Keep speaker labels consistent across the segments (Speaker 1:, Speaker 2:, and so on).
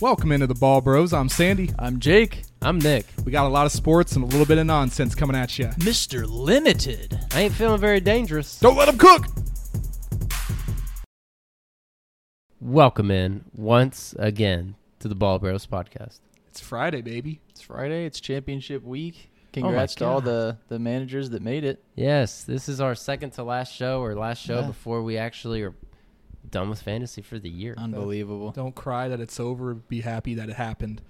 Speaker 1: Welcome into the Ball Bros. I'm Sandy.
Speaker 2: I'm Jake.
Speaker 3: I'm Nick.
Speaker 1: We got a lot of sports and a little bit of nonsense coming at you.
Speaker 2: Mr. Limited.
Speaker 3: I ain't feeling very dangerous.
Speaker 1: Don't let them cook.
Speaker 3: Welcome in once again to the Ball Bros podcast.
Speaker 1: It's Friday, baby.
Speaker 2: It's Friday. It's championship week. Congrats to all
Speaker 3: Oh God.
Speaker 2: the, the managers that made it.
Speaker 3: Yes, this is our second to last show or last show
Speaker 2: Yeah.
Speaker 3: before we actually are done with fantasy for the year
Speaker 1: Uh,
Speaker 2: Unbelievable.
Speaker 1: Don't cry that it's over. Be happy that it happened.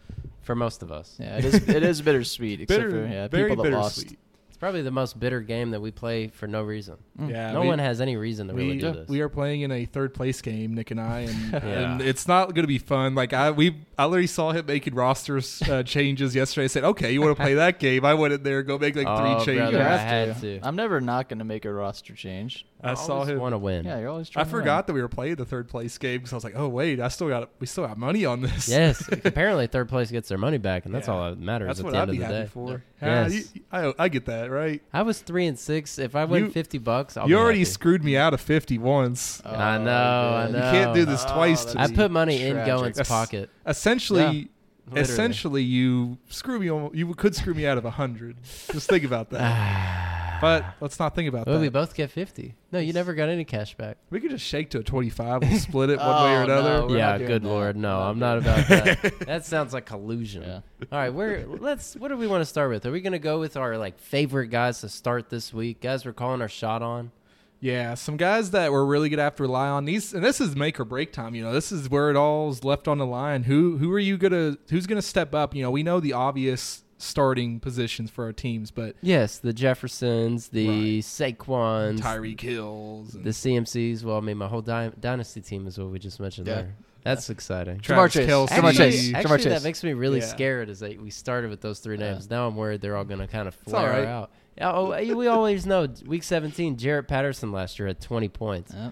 Speaker 3: for most of us.
Speaker 2: Yeah, it is it is bittersweet, except for yeah, people that lost.
Speaker 3: It's probably the most bitter game that we play for no reason.
Speaker 2: Mm.
Speaker 1: Yeah,
Speaker 3: no
Speaker 1: Uh, we-
Speaker 3: one has any reason to really
Speaker 1: we,
Speaker 3: do this.
Speaker 1: we are playing in a third place game, Nick and I, and,
Speaker 3: Yeah.
Speaker 1: and it's not going to be fun. Like I, we, I literally saw him making rosters uh, changes yesterday. I said, "Okay, you want to play that game?" I went in there, go make like three
Speaker 3: Oh,
Speaker 1: changes.
Speaker 3: brother,
Speaker 2: You
Speaker 3: I
Speaker 2: have
Speaker 3: had to.
Speaker 2: I'm never not going to make a roster change.
Speaker 1: I, saw him.
Speaker 3: Want to win?
Speaker 2: Yeah, you're always
Speaker 1: I
Speaker 2: trying to win.
Speaker 1: forgot that we were playing the third place game because I was like, "Oh wait, I still got we still got money on this."
Speaker 3: yes. apparently, third place gets their money back, and that's
Speaker 1: Yeah.
Speaker 3: all that matters
Speaker 1: That's
Speaker 3: at
Speaker 1: what
Speaker 3: the
Speaker 1: I'd
Speaker 3: end
Speaker 1: be
Speaker 3: of the
Speaker 1: happy
Speaker 3: day.
Speaker 1: for.
Speaker 3: Yep.
Speaker 1: Yeah,
Speaker 3: Yes.
Speaker 1: you- I, I get that right.
Speaker 3: I was three and six. If I win
Speaker 1: You-
Speaker 3: fifty bucks, I'll
Speaker 1: you
Speaker 3: be
Speaker 1: already
Speaker 3: happy.
Speaker 1: screwed me out of fifty once.
Speaker 2: Oh,
Speaker 3: I know, I
Speaker 2: good. Oh,
Speaker 1: You can't do
Speaker 3: No.
Speaker 1: this twice to
Speaker 2: that's
Speaker 3: I
Speaker 1: me.
Speaker 3: put money in
Speaker 2: tragic.
Speaker 3: Goen's
Speaker 1: That's-
Speaker 3: pocket.
Speaker 1: essentially,
Speaker 3: literally.
Speaker 1: essentially, you screw me. Almost, you could screw me out of a hundred. Just think about that. but let's not think about
Speaker 3: Well, we
Speaker 1: that.
Speaker 3: both get fifty. No, you never got any cash back.
Speaker 1: We could just shake to a twenty-five. We'll split it one way or
Speaker 2: Oh, no.
Speaker 1: another.
Speaker 2: We're
Speaker 3: yeah,
Speaker 2: not doing
Speaker 3: good
Speaker 2: that.
Speaker 3: lord, no,
Speaker 2: We're
Speaker 3: I'm
Speaker 2: not
Speaker 3: not about that. that sounds like collusion.
Speaker 2: Yeah.
Speaker 3: All right, we're let's. What do we want to start with? Are we going to go with our like favorite guys to start this week? Guys, we're calling our shot on.
Speaker 1: Yeah, some guys that we're really gonna have to rely on these, and this is make or break time. You know, this is where it all's left on the line. Who who are you gonna who's gonna step up? You know, we know the obvious starting positions for our teams, but
Speaker 3: Yes, the Jeffersons, the Saquons,
Speaker 1: Tyreek Hills, and
Speaker 3: the CMCs. Well, I mean, my whole dy- dynasty team is what we just mentioned
Speaker 2: Yeah.
Speaker 3: there. That's exciting.
Speaker 1: Travis
Speaker 2: Jamar Chase.
Speaker 1: Kelce.
Speaker 2: Jamar Chase.
Speaker 3: Actually,
Speaker 2: Jamar
Speaker 3: actually,
Speaker 2: Chase.
Speaker 3: that makes me really
Speaker 1: Yeah.
Speaker 3: scared. Is that we started with those three
Speaker 2: Yeah.
Speaker 3: names? Now I'm worried they're all going to kind of
Speaker 1: all
Speaker 3: flare
Speaker 1: right.
Speaker 3: out. Yeah, Oh, we always know week 17. Jarrett Patterson last year had 20 points.
Speaker 2: Yeah.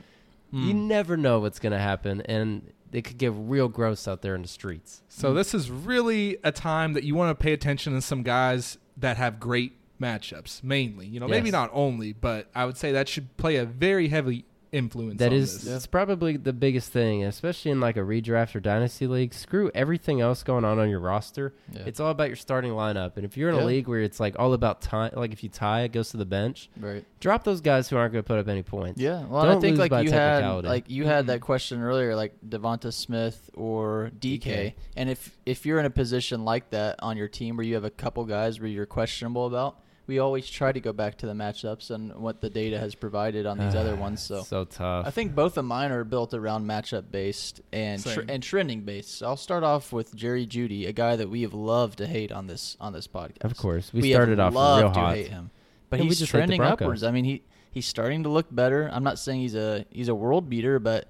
Speaker 3: You never know what's going to happen, and it could get real gross out there in the streets.
Speaker 1: So this is really a time that you want to pay attention to some guys that have great matchups, mainly. You know, maybe
Speaker 3: Yes.
Speaker 1: not only, but I would say that should play a very heavy influence.
Speaker 3: That
Speaker 1: on
Speaker 3: is,
Speaker 1: this.
Speaker 3: it's probably the biggest thing, especially in like a redraft or dynasty league. Screw everything else going on on your roster.
Speaker 2: Yeah.
Speaker 3: It's all about your starting lineup. And if you're in
Speaker 2: Yeah.
Speaker 3: a league where it's like all about tie, like if you tie, it goes to the bench.
Speaker 2: Right.
Speaker 3: Drop those guys who aren't going to put up any points.
Speaker 2: Yeah, well, I
Speaker 3: Don't
Speaker 2: think
Speaker 3: lose
Speaker 2: like
Speaker 3: by
Speaker 2: you had
Speaker 3: technicality.
Speaker 2: like you had that question earlier, like Devonta Smith or DK.
Speaker 3: DK.
Speaker 2: And if if you're in a position like that on your team where you have a couple guys where you're questionable about, we always try to go back to the matchups and what the data has provided on these other ones. So
Speaker 3: so tough.
Speaker 2: I think both of mine are built around matchup based and tr-
Speaker 1: Same.
Speaker 2: and trending based. So I'll start off with Jerry Judy, a guy that we have loved to hate on this on this podcast.
Speaker 3: Of course. We
Speaker 2: have
Speaker 3: started off
Speaker 2: loved
Speaker 3: real
Speaker 2: to
Speaker 3: hot.
Speaker 2: hate him, but
Speaker 3: And we
Speaker 2: he's
Speaker 3: just hate the
Speaker 2: trending
Speaker 3: Broncos.
Speaker 2: upwards. I mean, he he's starting to look better. I'm not saying he's a he's a world beater, but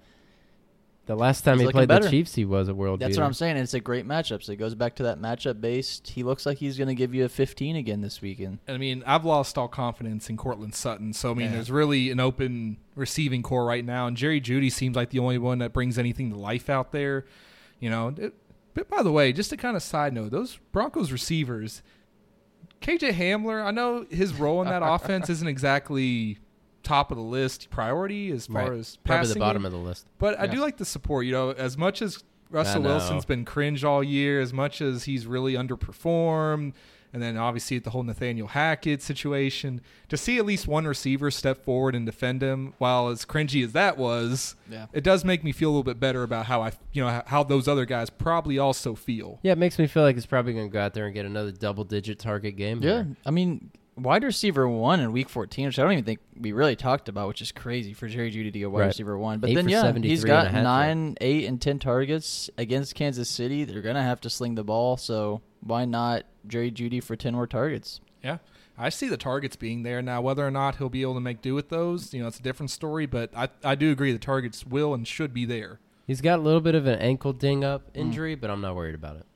Speaker 3: the last time
Speaker 2: he's
Speaker 3: he
Speaker 2: looking
Speaker 3: played the
Speaker 2: better.
Speaker 3: Chiefs, he was a world.
Speaker 2: that's
Speaker 3: beater.
Speaker 2: what I'm saying. It's a great matchup. So it goes back to that matchup based. He looks like he's going to give you a 15 again this weekend.
Speaker 1: I mean, I've lost all confidence in Cortland Sutton. So I mean,
Speaker 2: Yeah.
Speaker 1: there's really an open receiving core right now, and Jerry Judy seems like the only one that brings anything to life out there. You know, it, but by the way, just to kind of side note, those Broncos receivers, KJ Hamler. I know his role in that offense isn't exactly top of the list priority as far
Speaker 3: Right.
Speaker 1: as
Speaker 3: Probably
Speaker 1: passing
Speaker 3: the bottom of the list.
Speaker 1: But I
Speaker 2: Yeah.
Speaker 1: do like the support. You know, as much as Russell
Speaker 3: know.
Speaker 1: Wilson's been cringe all year, as much as he's really underperformed, and then obviously the whole Nathaniel Hackett situation, to see at least one receiver step forward and defend him, while as cringy as that was,
Speaker 2: Yeah.
Speaker 1: it does make me feel a little bit better about how I, you know, how those other guys probably also feel.
Speaker 3: Yeah, it makes me feel like he's probably going to go out there and get another double digit target game.
Speaker 2: Yeah,
Speaker 3: here.
Speaker 2: I mean, wide receiver one in week 14, which I don't even think we really talked about, which is crazy for Jerry Judy to go wide
Speaker 3: Right.
Speaker 2: receiver one. But
Speaker 3: Eight
Speaker 2: then,
Speaker 3: for
Speaker 2: yeah,
Speaker 3: 73
Speaker 2: he's
Speaker 3: and a
Speaker 2: got
Speaker 3: half.
Speaker 2: nine, eight, and 10 targets against Kansas City. They're going to have to sling the ball. So why not Jerry Judy for 10 more targets?
Speaker 1: Yeah. I see the targets being there now. Whether or not he'll be able to make do with those, you know, it's a different story. But I, I do agree the targets will and should be there.
Speaker 3: He's got a little bit of an ankle ding up
Speaker 2: Mm.
Speaker 3: injury, but I'm not worried about it.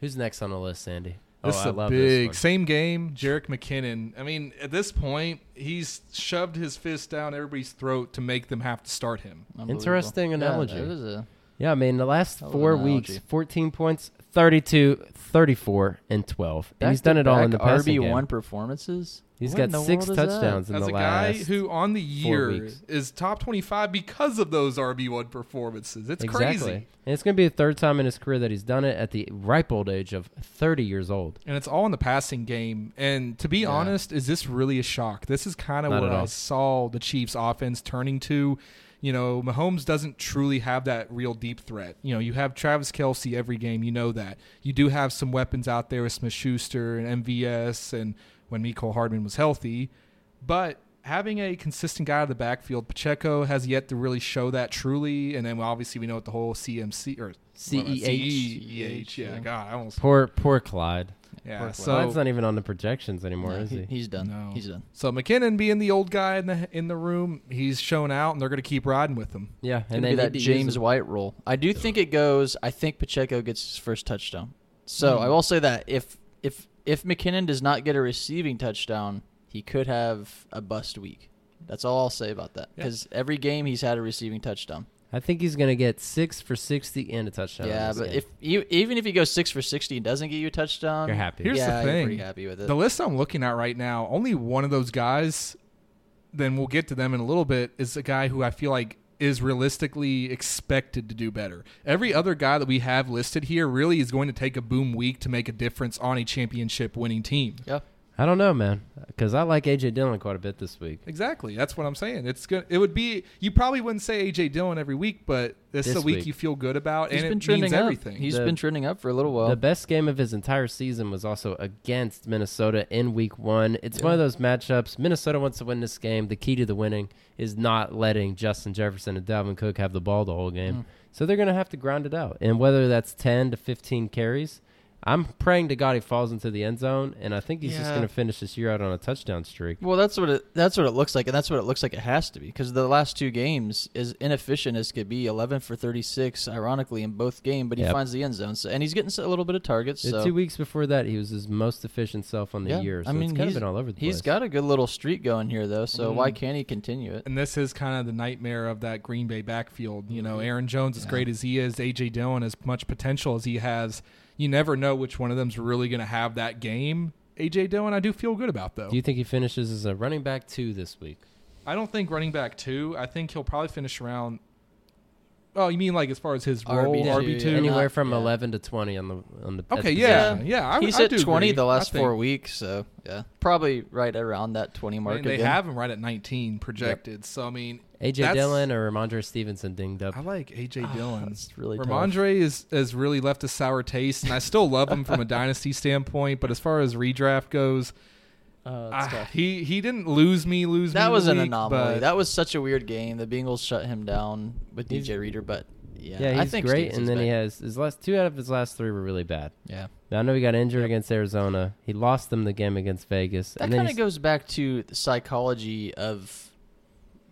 Speaker 3: Who's next on the list, Sandy?
Speaker 1: This is
Speaker 3: Oh, I
Speaker 1: a
Speaker 3: love
Speaker 1: big
Speaker 3: This one.
Speaker 1: same game, Jarek McKinnon. I mean, at this point, he's shoved his fist down everybody's throat to make them have to start him.
Speaker 2: Unbelievable.
Speaker 3: Interesting analogy.
Speaker 2: Yeah, that is a
Speaker 3: Yeah, I mean, the last
Speaker 2: That was
Speaker 3: four
Speaker 2: an
Speaker 3: weeks,
Speaker 2: analogy.
Speaker 3: 14 points, 32, 34, and 12. And he's done it all in the passing
Speaker 2: RB one
Speaker 3: game.
Speaker 2: performances.
Speaker 3: He's
Speaker 2: What
Speaker 3: got
Speaker 2: in the
Speaker 3: six
Speaker 2: world is that?
Speaker 3: touchdowns in
Speaker 1: As
Speaker 3: the
Speaker 1: a guy
Speaker 3: last.
Speaker 1: who on the year
Speaker 3: weeks.
Speaker 1: is top 25 because of those RB1 performances. It's crazy.
Speaker 3: And it's going to be the third time in his career that he's done it at the ripe old age of 30 years old.
Speaker 1: And it's all in the passing game. And to be
Speaker 2: Yeah.
Speaker 1: honest, is this really a shock? This is kind of
Speaker 3: Not
Speaker 1: what
Speaker 3: at
Speaker 1: I
Speaker 3: all.
Speaker 1: saw the Chiefs offense turning to. You know, Mahomes doesn't truly have that real deep threat. You know, you have Travis Kelsey every game, you know that. You do have some weapons out there with Smith Schuster and MVS and when Miko Hardman was healthy. But having a consistent guy out of the backfield, Pacheco has yet to really show that truly. And then obviously we know what the whole CMC or
Speaker 2: E
Speaker 3: CEH.
Speaker 1: CEH, yeah,
Speaker 2: Yeah.
Speaker 1: God, I almost
Speaker 3: Poor, poor Clyde.
Speaker 1: yeah.
Speaker 3: Clyde's
Speaker 1: So
Speaker 3: not even on the projections anymore,
Speaker 2: No,
Speaker 3: is he?
Speaker 2: he- He's done.
Speaker 1: No.
Speaker 2: He's done.
Speaker 1: So McKinnon being the old guy in the in the room, he's shown out, and they're going to keep riding with him.
Speaker 3: yeah,
Speaker 2: And
Speaker 3: and
Speaker 2: be
Speaker 3: then
Speaker 2: that James White role. I do think it goes. I think Pacheco gets his first touchdown. So
Speaker 1: Hmm.
Speaker 2: I will say that if if if McKinnon does not get a receiving touchdown, he could have a bust week. That's all I'll say about that.
Speaker 1: Yeah.
Speaker 2: Because every game he's had a receiving touchdown.
Speaker 3: I think he's going to get six for 60 and a touchdown.
Speaker 2: yeah,
Speaker 3: in this
Speaker 2: but
Speaker 3: game.
Speaker 2: if you, even if he goes six for sixty and doesn't get you a touchdown,
Speaker 3: You're happy.
Speaker 1: Here's the
Speaker 2: yeah,
Speaker 1: thing.
Speaker 2: You're pretty happy with it.
Speaker 1: The list I'm looking at right now, only one of those guys. Then we'll get to them in a little bit. Is a guy who I feel like is realistically expected to do better. Every other guy that we have listed here really is going to take a boom week to make a difference on a championship winning team.
Speaker 2: yeah.
Speaker 3: I don't know, man, because I like AJ Dillon quite a bit this week.
Speaker 1: Exactly. That's what I'm saying. It's good. It would be you probably wouldn't say AJ Dillon every week, but this, is a
Speaker 3: This
Speaker 1: week,
Speaker 3: week.
Speaker 1: you feel good about
Speaker 2: He's
Speaker 1: and
Speaker 2: been
Speaker 1: it means
Speaker 2: trending up.
Speaker 1: everything.
Speaker 2: He's
Speaker 3: The-
Speaker 2: been trending up for a little while.
Speaker 3: the best game of his entire season was also against Minnesota in week one. It's one of those matchups. Minnesota wants to win this game. The key to the winning is not letting Justin Jefferson and Dalvin Cook have the ball the whole game.
Speaker 2: Mm.
Speaker 3: So they're going to have to grind it out. And whether that's 10 to 15 carries, I'm praying to God he falls into the end zone. And I think he's just
Speaker 2: Yeah.
Speaker 3: going to finish this year out on a touchdown streak.
Speaker 2: Well, that's what it that's what it looks like, and that's what it looks like it has to be because the last two games, as inefficient as could be, eleven for thirty six, ironically in both game, but he
Speaker 3: Yep.
Speaker 2: finds the end zone, so, and he's getting a little bit of targets.
Speaker 3: The
Speaker 2: So
Speaker 3: two weeks before that, he was his most efficient self on the
Speaker 2: yeah,
Speaker 3: year. So
Speaker 2: I mean,
Speaker 3: it's kind
Speaker 2: he's,
Speaker 3: of been all over the place.
Speaker 2: he's got a good little streak going here though, so
Speaker 1: Mm.
Speaker 2: why can't he continue it?
Speaker 1: And this is kind of the nightmare of that Green Bay backfield. You
Speaker 2: Mm-hmm.
Speaker 1: know, Aaron Jones, as great as he is, AJ Dillon, as much potential as he has, you never know which one of them's really going to have that game. AJ Dillon, I do feel good about though.
Speaker 3: Do you think he finishes as a running back two this week?
Speaker 1: I don't think running back two. I think he'll probably finish around. Oh, you mean like as far as his role,
Speaker 2: RB2,
Speaker 1: RB two?
Speaker 2: yeah.
Speaker 3: Anywhere
Speaker 2: Not-
Speaker 3: from
Speaker 2: yeah.
Speaker 3: 11 to 20 on the on the at
Speaker 1: Okay,
Speaker 3: the
Speaker 1: yeah, yeah.
Speaker 2: position.
Speaker 1: I,
Speaker 2: he's
Speaker 1: I
Speaker 2: at
Speaker 1: do
Speaker 2: twenty
Speaker 1: agree.
Speaker 2: the last
Speaker 1: I think-
Speaker 2: four weeks, so yeah, probably right around that twenty
Speaker 1: I
Speaker 2: mark.
Speaker 1: mean, they
Speaker 2: again.
Speaker 1: have him right at nineteen projected. So I mean,
Speaker 3: AJ
Speaker 1: That's-
Speaker 3: Dillon or Ramondre Stevenson dinged up.
Speaker 1: I like AJ
Speaker 2: Ah,
Speaker 1: Dillon.
Speaker 2: that's really tough.
Speaker 1: Ramondre is has really left a sour taste, and I still love him from a dynasty standpoint. But as far as redraft goes, ah,
Speaker 2: Uh, that's tough.
Speaker 1: he he didn't lose me. Lose me.
Speaker 2: That was
Speaker 1: the
Speaker 2: an
Speaker 1: week,
Speaker 2: anomaly.
Speaker 1: but
Speaker 2: That was such a weird game. The Bengals shut him down with
Speaker 3: He's-
Speaker 2: DJ Reader, but yeah,
Speaker 3: yeah, he's
Speaker 2: I think
Speaker 3: great.
Speaker 2: Stevenson's
Speaker 3: And then he
Speaker 2: back.
Speaker 3: has his last two out of his last three were really bad.
Speaker 2: yeah.
Speaker 3: Now, I know he got injured against Arizona. He lost them the game against Vegas.
Speaker 2: That
Speaker 3: and then
Speaker 2: kind of
Speaker 3: he's-
Speaker 2: goes back to the psychology of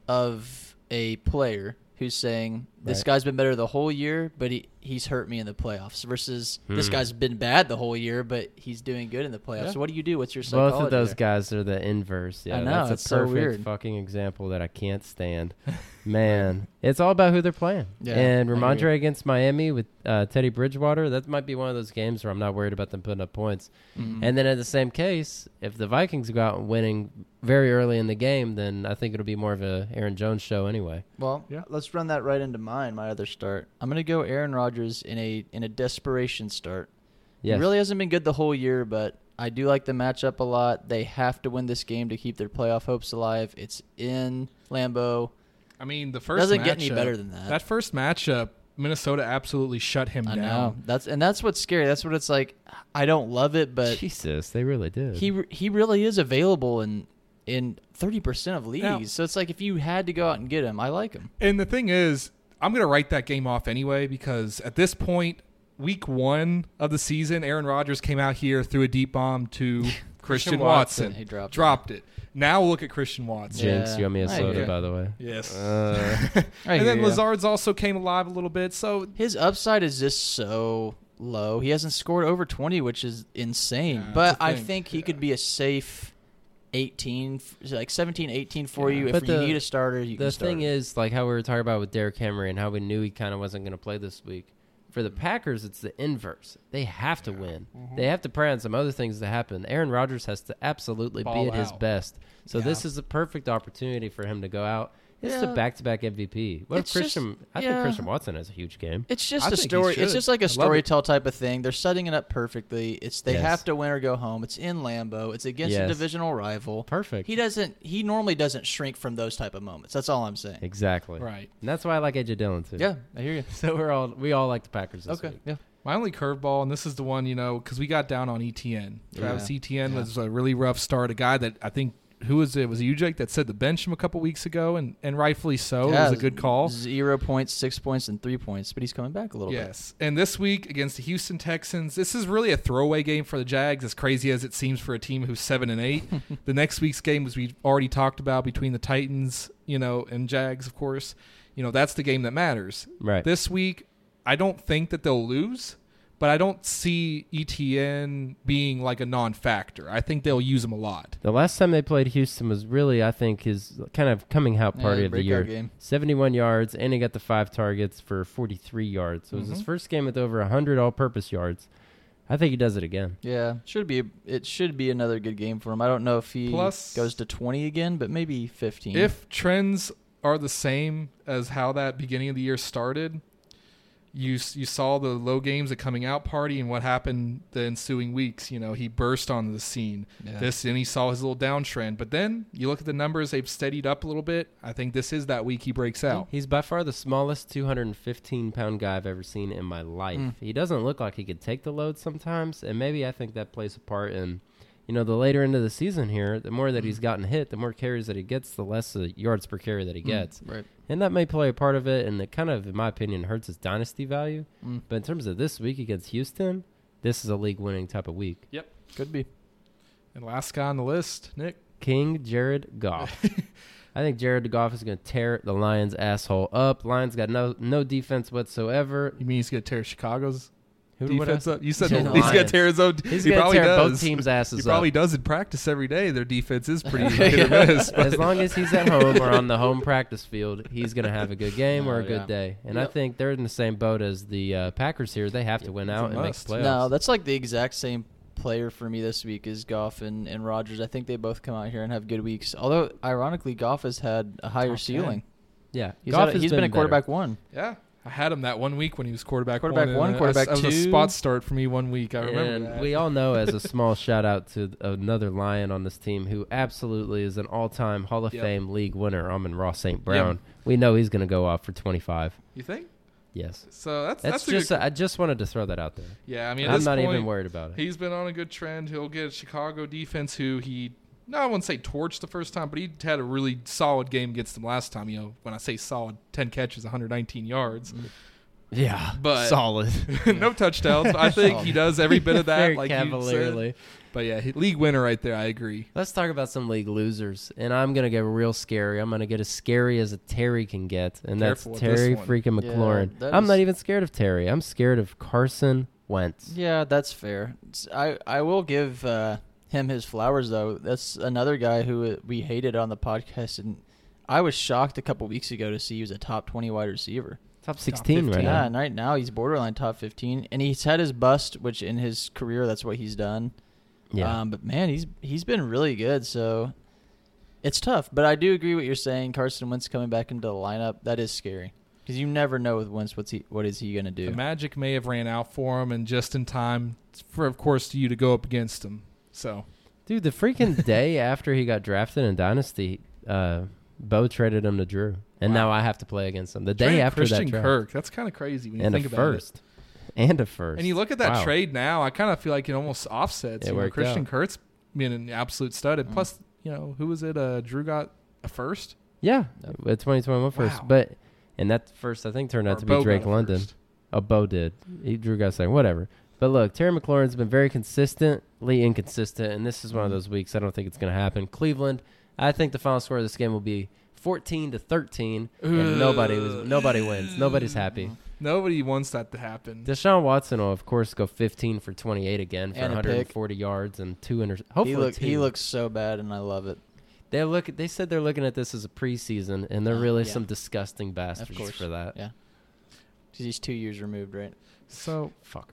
Speaker 2: of a player who's saying this
Speaker 3: Right.
Speaker 2: guy's been better the whole year, but he, he's hurt me in the playoffs. Versus this
Speaker 3: Hmm.
Speaker 2: guy's been bad the whole year, but he's doing good in the playoffs.
Speaker 1: Yeah.
Speaker 2: So what do you do? What's your
Speaker 3: both
Speaker 2: psychology?
Speaker 3: of those
Speaker 2: there?
Speaker 3: guys are the inverse.
Speaker 2: I
Speaker 3: Yeah,
Speaker 2: know,
Speaker 3: that's a
Speaker 2: it's so
Speaker 3: perfect
Speaker 2: weird.
Speaker 3: fucking example that I can't stand. Man, it's all about who they're playing.
Speaker 2: Yeah,
Speaker 3: and
Speaker 2: I agree.
Speaker 3: Ramondre against Miami with uh, Teddy Bridgewater, that might be one of those games where I'm not worried about them putting up points.
Speaker 2: Mhm.
Speaker 3: And then at the same case, if the Vikings go out winning very early in the game, then I think it'll be more of a Aaron Jones show anyway.
Speaker 2: Well,
Speaker 1: Yeah.
Speaker 2: let's run that right into mine. My other start. I'm gonna go Aaron Rodgers in a in a desperation start.
Speaker 3: Yes.
Speaker 2: He really hasn't been good the whole year, but I do like the matchup a lot. They have to win this game to keep their playoff hopes alive. It's in Lambeau.
Speaker 1: I mean, the first
Speaker 2: Doesn't get any
Speaker 1: matchup-
Speaker 2: better than that.
Speaker 1: That first matchup, Minnesota absolutely shut him
Speaker 2: I
Speaker 1: down.
Speaker 2: know that's and that's what's scary. That's what it's like. I don't love it, but
Speaker 3: Jesus, they really did.
Speaker 2: he re- he really is available in in thirty percent of leagues.
Speaker 1: Now-
Speaker 2: so it's like if you had to go out and get him, I like him.
Speaker 1: And the thing is, I'm going to write that game off anyway because at this point, week one of the season, Aaron Rodgers came out here threw a deep bomb to Christian
Speaker 3: Christian
Speaker 1: Watson.
Speaker 3: Watson.
Speaker 2: He dropped it.
Speaker 1: it. Now look at Christian Watson.
Speaker 3: Jinx,
Speaker 2: Yeah,
Speaker 3: you owe me a
Speaker 2: I
Speaker 3: soda,
Speaker 1: agree.
Speaker 3: by the way.
Speaker 1: Yes.
Speaker 3: Uh,
Speaker 2: I
Speaker 1: and then
Speaker 2: hear ya.
Speaker 1: Lazard's also came alive a little bit. So
Speaker 2: His upside is just so low. He hasn't scored over 20, which is insane.
Speaker 1: Yeah,
Speaker 2: but
Speaker 1: that's the
Speaker 2: I
Speaker 1: thing.
Speaker 2: think he
Speaker 1: Yeah.
Speaker 2: could be a safe 18, f- like 17, 18 for
Speaker 3: Yeah.
Speaker 2: you.
Speaker 3: But
Speaker 2: if
Speaker 3: the-
Speaker 2: you need a starter, you
Speaker 3: the
Speaker 2: can start
Speaker 3: thing
Speaker 2: him.
Speaker 3: is, like how we were talking about with Derrick Henry and how we knew he kind of wasn't going to play this week. For the Packers, it's the inverse. They have to win. They have to pray on some other things to happen. Aaron Rodgers has to absolutely
Speaker 1: Ball
Speaker 3: be at his
Speaker 1: out.
Speaker 3: best. So
Speaker 1: Yeah.
Speaker 3: this is a perfect opportunity for him to go out. It's
Speaker 2: Yeah.
Speaker 3: the back-to-back MVP. What if
Speaker 2: It's just-
Speaker 3: Christian? I think
Speaker 2: yeah.
Speaker 3: Christian Watson has a huge game.
Speaker 2: It's just
Speaker 1: I
Speaker 2: a
Speaker 1: think he
Speaker 2: story.
Speaker 1: should.
Speaker 2: It's just like
Speaker 1: I
Speaker 2: a
Speaker 1: love it.
Speaker 2: storytell type of thing. They're setting it up perfectly. It's they
Speaker 3: Yes.
Speaker 2: have to win or go home. It's in Lambeau. It's against a
Speaker 3: Yes.
Speaker 2: divisional rival.
Speaker 3: Perfect.
Speaker 2: He doesn't. He normally doesn't shrink from those type of moments. That's all I'm saying.
Speaker 3: Exactly.
Speaker 1: Right.
Speaker 3: And that's why I like AJ Dillon too.
Speaker 2: Yeah, I hear you.
Speaker 3: So we're all we all like the Packers. This
Speaker 2: Okay.
Speaker 3: week.
Speaker 2: Yeah.
Speaker 1: My only curveball, and this is the one, you know, because we got down on ETN. Travis
Speaker 2: Yeah.
Speaker 1: ETN
Speaker 2: Yeah.
Speaker 1: was a really rough start. A guy that I think, who was it? Was it you, Jake, that said the bench him a couple weeks ago? And, and rightfully so.
Speaker 2: Yeah,
Speaker 1: Oh, it was a good call.
Speaker 2: Zero points, six points, and three points. But he's coming back a little bit.
Speaker 1: Yes. And this week against the Houston Texans, this is really a throwaway game for the Jags, as crazy as it seems for a team who's seven and eight. the next week's game, as we've already talked about between the Titans, you know, and Jags, of course, you know, that's the game that matters.
Speaker 3: Right.
Speaker 1: This week, I don't think that they'll lose, but I don't see ETN being like a non factor. I think they'll use him a lot.
Speaker 3: The last time they played Houston was really, I think, his kind of coming out
Speaker 2: Yeah,
Speaker 3: party of the
Speaker 2: breakout
Speaker 3: year.
Speaker 2: game.
Speaker 3: 71 yards, and he got the five targets for 43 yards. So it was his first game with over 100 all purpose yards. I think he does it again.
Speaker 2: Yeah, should be. It should be another good game for him. I don't know if he
Speaker 1: Plus-
Speaker 2: goes to twenty again, but maybe fifteen.
Speaker 1: If trends are the same as how that beginning of the year started, you you saw the low games, the coming out party, and what happened the ensuing weeks. You know, he burst onto the scene.
Speaker 2: Yeah.
Speaker 1: This and he saw his little downtrend, but then you look at the numbers; they've steadied up a little bit. I think this is that week he breaks out.
Speaker 3: He's by far the smallest 215 pound guy I've ever seen in my life.
Speaker 2: Mm.
Speaker 3: He doesn't look like he could take the load sometimes, and maybe I think that plays a part in, you know, the later into the season here. The more that
Speaker 2: Mm.
Speaker 3: he's gotten hit, the more carries that he gets, the less uh, yards per carry
Speaker 2: Mm.
Speaker 3: that he gets.
Speaker 2: right.
Speaker 3: And that may play a part of it, and it kind of, in my opinion, hurts his dynasty value.
Speaker 2: Mm.
Speaker 3: But in terms of this week against Houston, this is a league winning type of week.
Speaker 2: Could be.
Speaker 1: And last guy on the list, Nick.
Speaker 3: King Jared Goff. I think Jared Goff is going to tear the Lions' asshole up. Lions got no no defense whatsoever.
Speaker 1: You mean he's gonna tear Chicago's
Speaker 3: Who would I
Speaker 1: defense up? You said
Speaker 3: Yeah,
Speaker 1: he's
Speaker 3: the
Speaker 1: gonna
Speaker 3: Lions.
Speaker 1: tear his own.
Speaker 3: He's
Speaker 1: he
Speaker 3: going to
Speaker 1: probably
Speaker 3: tear
Speaker 1: does.
Speaker 3: both teams'
Speaker 1: he
Speaker 3: asses
Speaker 1: probably
Speaker 3: up.
Speaker 1: does in practice every day. Their defense is pretty hit or miss. but-
Speaker 3: As long as he's at home or on the home practice field, he's going to have a good game or a
Speaker 2: Oh,
Speaker 3: good
Speaker 2: yeah.
Speaker 3: day. And I
Speaker 2: Yep.
Speaker 3: think they're in the same boat as the uh, Packers here. They have to win
Speaker 1: It's a
Speaker 3: out and make the
Speaker 1: must.
Speaker 3: playoffs.
Speaker 2: No, that's like the exact same player for me this week is Goff and, and Rogers. I think they both come out here and have good weeks. Although ironically, Goff has had a higher
Speaker 1: Top
Speaker 2: ceiling.
Speaker 3: yeah,
Speaker 2: He's,
Speaker 3: Goff
Speaker 2: had-
Speaker 3: has
Speaker 2: he's been, a
Speaker 3: better.
Speaker 2: quarterback one.
Speaker 1: Yeah. I had him that one week when he was quarterback.
Speaker 2: Quarterback
Speaker 1: and
Speaker 2: one,
Speaker 1: I- I-
Speaker 2: quarterback
Speaker 1: that was
Speaker 2: two.
Speaker 1: a spot start for me one week. I remember
Speaker 3: and
Speaker 1: that.
Speaker 3: we all know as a small shout out to th- another lion on this team who absolutely is an all-time Hall of
Speaker 1: Yep.
Speaker 3: Fame league winner, Amon Ross St. Brown. We know he's going to go off for 25.
Speaker 1: you think?
Speaker 3: Yes.
Speaker 1: So that's
Speaker 3: That's,
Speaker 1: that's, a
Speaker 3: just
Speaker 1: good,
Speaker 3: I just wanted to throw that out there.
Speaker 1: yeah. I mean,
Speaker 3: I
Speaker 1: at
Speaker 3: am
Speaker 1: this
Speaker 3: not
Speaker 1: point,
Speaker 3: even worried about it.
Speaker 1: He's been on a good trend. He'll get a Chicago defense who he no, I wouldn't say torched the first time, but he had a really solid game against them last time. You know, when I say solid, ten catches, 119 yards,
Speaker 3: yeah.
Speaker 1: but-
Speaker 3: solid.
Speaker 1: no touchdowns. I think he does every bit of that,
Speaker 3: Oh, Very
Speaker 1: like you said.
Speaker 3: cavalierly.
Speaker 1: But yeah, he- league winner right there. I agree.
Speaker 3: Let's talk about some league losers, and I'm gonna get real scary. I'm gonna get as scary as a Terry can get, and
Speaker 1: Careful
Speaker 3: that's
Speaker 1: with this
Speaker 3: Terry
Speaker 1: one.
Speaker 3: freaking
Speaker 2: Yeah,
Speaker 3: McLaurin.
Speaker 2: that
Speaker 3: I'm
Speaker 2: is-
Speaker 3: not even scared of Terry. I'm scared of Carson Wentz.
Speaker 2: Yeah, that's fair. It's- I I will give uh, him his flowers though. That's another guy who uh, we hated on the podcast, and I was shocked a couple weeks ago to see he was a top twenty wide receiver.
Speaker 3: Top 16 right
Speaker 1: 15.
Speaker 2: Yeah,
Speaker 3: now.
Speaker 2: and right now he's borderline top fifteen, and he's had his bust, which in his career that's what he's done.
Speaker 3: Yeah.
Speaker 2: Um, but man, he's he's been really good. So it's tough. But I do agree what you're saying. Carson Wentz coming back into the lineup that is scary because you never know with Wentz what's he what is he gonna do.
Speaker 1: The magic may have ran out for him, and just in time for, of course, you to go up against him. So
Speaker 3: Dude, the freaking day after he got drafted in Dynasty, uh, Bo traded him to Drew, and
Speaker 1: Wow.
Speaker 3: now I have to play against him. The day
Speaker 1: Trade
Speaker 3: after
Speaker 1: Christian
Speaker 3: that draft,
Speaker 1: Kirk. That's kind of crazy when you
Speaker 3: and
Speaker 1: think
Speaker 3: a
Speaker 1: about it.
Speaker 3: first, and a first.
Speaker 1: And you look at that
Speaker 3: Wow.
Speaker 1: trade now, I kind of feel like it almost offsets.
Speaker 3: It
Speaker 1: you know,
Speaker 3: worked
Speaker 1: Christian
Speaker 3: out.
Speaker 1: Kurtz being an absolute stud. And
Speaker 2: Mm.
Speaker 1: plus, you know, who was it? Uh, Drew got a first.
Speaker 3: Yeah, a 2021 first,
Speaker 1: Wow.
Speaker 3: but and that first I think turned out
Speaker 1: Or
Speaker 3: to
Speaker 1: Bo
Speaker 3: be
Speaker 1: got
Speaker 3: Drake
Speaker 1: a
Speaker 3: London.
Speaker 1: first.
Speaker 3: Oh, Bo did. He Drew got second. Whatever. But look, Terry McLaurin's been very consistently inconsistent, and this is
Speaker 2: Mm.
Speaker 3: one of those weeks I don't think it's going to happen. Cleveland, I think the final
Speaker 2: Mm.
Speaker 3: score of this game will be 14 to 13, and nobody was nobody wins. Nobody's happy.
Speaker 1: Nobody wants that to happen.
Speaker 3: Deshaun Watson will, of course, go 15 for 28 again for
Speaker 2: And a pick.
Speaker 3: 140 yards and two inter. Hopefully,
Speaker 2: he, look,
Speaker 3: two.
Speaker 2: he looks so bad, and I love it.
Speaker 3: They look. They said they're looking at this as a preseason, and they're
Speaker 2: Uh,
Speaker 3: really
Speaker 2: yeah.
Speaker 3: some disgusting bastards
Speaker 2: course.
Speaker 3: for that.
Speaker 2: Yeah. 'Cause he's two years removed, right?
Speaker 1: So
Speaker 3: Fucker.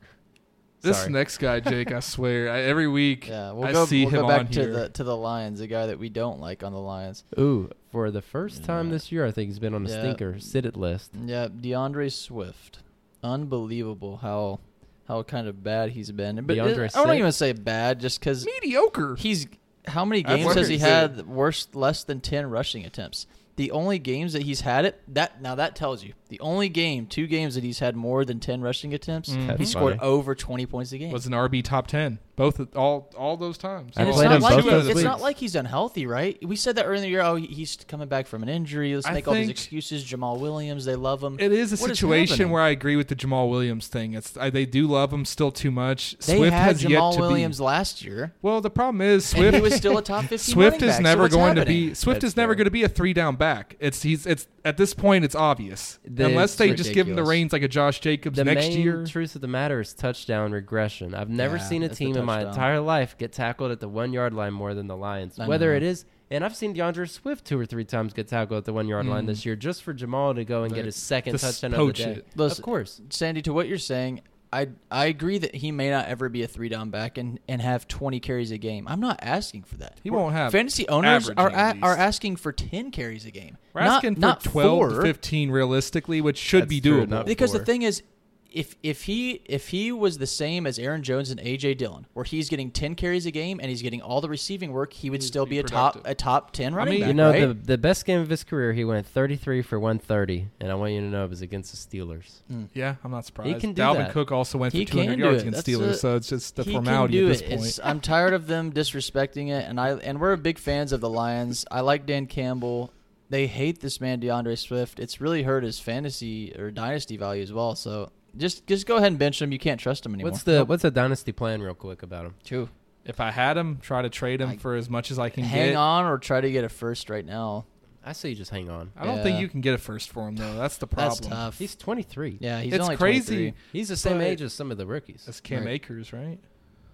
Speaker 1: this
Speaker 3: Sorry.
Speaker 1: next guy, Jake, I swear, I, every week
Speaker 2: Yeah, we'll
Speaker 1: I
Speaker 2: go,
Speaker 1: see
Speaker 2: we'll
Speaker 1: him
Speaker 2: go back
Speaker 1: on
Speaker 2: to
Speaker 1: here.
Speaker 2: the to the Lions, the guy that we don't like on the Lions.
Speaker 3: Ooh, for the first time
Speaker 2: Yeah.
Speaker 3: this year, I think he's been on a
Speaker 2: Yeah.
Speaker 3: stinker sit it list.
Speaker 2: Yeah, DeAndre Swift, unbelievable how how kind of bad he's been. But it-
Speaker 3: DeAndre
Speaker 2: I don't
Speaker 3: Swift?
Speaker 2: even say bad, just because
Speaker 1: mediocre.
Speaker 2: he's how many
Speaker 1: That's
Speaker 2: games has he
Speaker 1: worse.
Speaker 2: had worse less than ten rushing attempts? The only games that he's had it that now that tells you the only game two games that he's had more than ten rushing attempts
Speaker 1: Mm.
Speaker 3: That's
Speaker 2: he scored
Speaker 3: funny.
Speaker 2: over twenty points a game.
Speaker 1: was an RB top ten. Both of- all all those times.
Speaker 2: And
Speaker 3: And I
Speaker 2: it's
Speaker 3: played
Speaker 2: not,
Speaker 3: him
Speaker 2: like
Speaker 3: both
Speaker 2: he-
Speaker 3: those
Speaker 2: it's not
Speaker 3: weeks.
Speaker 2: like he's unhealthy, right? We said that earlier. in the year, Oh, he- he's coming back from an injury. Let's
Speaker 1: I
Speaker 2: make all these
Speaker 1: think-
Speaker 2: excuses. Jamal Williams, they love him.
Speaker 1: It is a
Speaker 2: What is
Speaker 1: situation
Speaker 2: happening?
Speaker 1: where I agree with the Jamal Williams thing. It's I, they do love him still too much.
Speaker 2: they
Speaker 1: Swift
Speaker 2: had
Speaker 1: has
Speaker 2: Jamal
Speaker 1: yet to
Speaker 2: Williams
Speaker 1: be.
Speaker 2: last year,
Speaker 1: Well, the problem is
Speaker 2: Swift,
Speaker 1: Swift.
Speaker 2: and he was still a top fifteen.
Speaker 1: Swift
Speaker 2: running
Speaker 1: is
Speaker 2: back. So
Speaker 1: never
Speaker 2: what's
Speaker 1: going to
Speaker 2: happening?
Speaker 1: be Swift
Speaker 3: That's
Speaker 1: is never
Speaker 3: fair.
Speaker 1: going to be a three down back. It's he's it's at this point it's obvious
Speaker 3: That's
Speaker 1: unless they just give him the
Speaker 2: ridiculous.
Speaker 1: reins like a Josh Jacobs
Speaker 3: The
Speaker 1: next
Speaker 3: main
Speaker 1: year.
Speaker 3: truth of the matter is touchdown regression. I've never
Speaker 2: Yeah,
Speaker 3: seen a
Speaker 2: that's the
Speaker 3: team in my
Speaker 2: touchdown.
Speaker 3: entire life get tackled at the one yard line more than the Lions.
Speaker 2: I
Speaker 3: Whether
Speaker 2: know.
Speaker 3: it is, and I've seen DeAndre Swift two or three times get tackled at the one yard line
Speaker 1: Mm.
Speaker 3: this year just for Jamal to go and
Speaker 1: Like,
Speaker 3: get his second
Speaker 1: just
Speaker 3: touchdown of the
Speaker 1: poach
Speaker 3: day.
Speaker 1: it.
Speaker 2: Listen-
Speaker 3: of course.
Speaker 2: Sandy, to what you're saying, I I agree that he may not ever be a three down back and, and have 20 carries a game. I'm not asking for that.
Speaker 1: He won't have
Speaker 2: Fantasy owners
Speaker 1: averaging
Speaker 2: are
Speaker 1: at
Speaker 2: a, are
Speaker 1: least.
Speaker 2: asking for 10 carries a game.
Speaker 1: We're
Speaker 2: not,
Speaker 1: asking
Speaker 2: not
Speaker 1: for twelve
Speaker 2: four.
Speaker 1: to fifteen realistically, which should
Speaker 3: That's
Speaker 1: be
Speaker 3: true,
Speaker 1: doable.
Speaker 3: not-
Speaker 2: Because the
Speaker 3: four.
Speaker 2: thing is, if if he if he was the same as Aaron Jones and AJ Dillon, where he's getting 10 carries a game and he's getting all the receiving work, he would
Speaker 1: He'd
Speaker 2: still
Speaker 1: be
Speaker 2: be, a top
Speaker 1: productive.
Speaker 2: a top 10 running
Speaker 1: mean,
Speaker 2: back.
Speaker 3: You know,
Speaker 2: right?
Speaker 3: the, the best game of his career, he went 33 for 130, and I want you to know it was against the Steelers.
Speaker 1: yeah, I'm not surprised.
Speaker 3: can do
Speaker 1: Dalvin
Speaker 3: that.
Speaker 1: Cook also went for
Speaker 2: Hmm. He
Speaker 1: 200
Speaker 2: can do
Speaker 1: yards
Speaker 2: it.
Speaker 1: against
Speaker 2: That's
Speaker 1: Steelers,
Speaker 2: a-
Speaker 1: so it's just the
Speaker 2: He can
Speaker 1: formality
Speaker 2: do
Speaker 1: at this
Speaker 2: it.
Speaker 1: point.
Speaker 2: It's- I'm tired of them disrespecting it, and I and we're big fans of the Lions. I like Dan Campbell. They hate this man DeAndre Swift. It's really hurt his fantasy or dynasty value as well. So just just go ahead and bench him. You can't trust him anymore.
Speaker 3: What's the what's the dynasty plan, real quick, about him?
Speaker 2: two?
Speaker 1: If I had him, try to trade him
Speaker 2: I-
Speaker 1: for as much as I can
Speaker 2: Hang
Speaker 1: get.
Speaker 2: on or try to get a first right now.
Speaker 3: I say you just hang on.
Speaker 1: I don't think
Speaker 2: Yeah.
Speaker 1: you can get a first for him though. That's the problem.
Speaker 2: That's tough.
Speaker 3: He's 23.
Speaker 2: yeah, he's
Speaker 1: it's
Speaker 2: only
Speaker 1: crazy.
Speaker 2: 23.
Speaker 3: He's the same
Speaker 1: But-
Speaker 3: age as some of the rookies.
Speaker 1: That's Cam
Speaker 2: Right.
Speaker 1: Akers, right?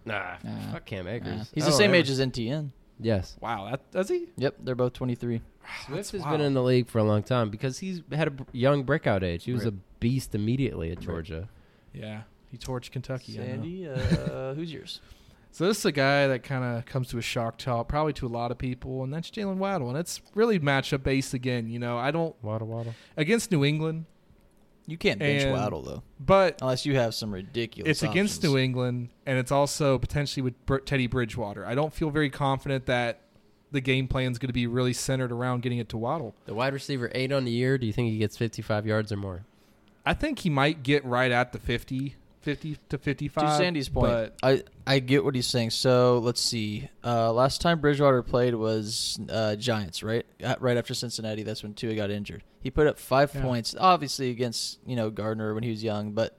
Speaker 3: Nah,
Speaker 2: Nah.
Speaker 3: fuck Cam Akers.
Speaker 2: Yeah. He's
Speaker 1: I
Speaker 2: the
Speaker 1: don't
Speaker 2: same
Speaker 1: ever-
Speaker 2: age as NTN.
Speaker 3: Yes.
Speaker 1: Wow, that, does he?
Speaker 2: Yep, they're both 23.
Speaker 3: Swift has
Speaker 1: wild.
Speaker 3: been in the league for a long time because he's had a b- young breakout age. He was
Speaker 2: Right.
Speaker 3: a beast immediately at Georgia.
Speaker 1: Yeah, he torched Kentucky. I know.
Speaker 2: Sandy, uh, who's yours?
Speaker 1: So this is a guy that kind of comes to a shock top, probably to a lot of people, and that's Jalen Waddle, and it's really matchup based again. You know, I don't
Speaker 3: Waddle, waddle.
Speaker 1: against New England,
Speaker 2: You can't bench
Speaker 1: And-
Speaker 2: Waddle though,
Speaker 1: but
Speaker 2: unless you have some ridiculous.
Speaker 1: it's against
Speaker 2: options.
Speaker 1: New England, and it's also potentially with Br- Teddy Bridgewater. I don't feel very confident that the game plan is going to be really centered around getting it to Waddle.
Speaker 3: The wide receiver eight on the year. Do you think he gets 55 yards or more?
Speaker 1: I think he might get right at the 50, 50 to fifty-five.
Speaker 2: To Sandy's point,
Speaker 1: but
Speaker 2: I, I get what he's saying. So let's see. Uh, last time Bridgewater played was uh, Giants, right? Uh, Right after Cincinnati, that's when Tua got injured. He put up five
Speaker 1: Yeah.
Speaker 2: points, obviously against you know Gardner when he was young. But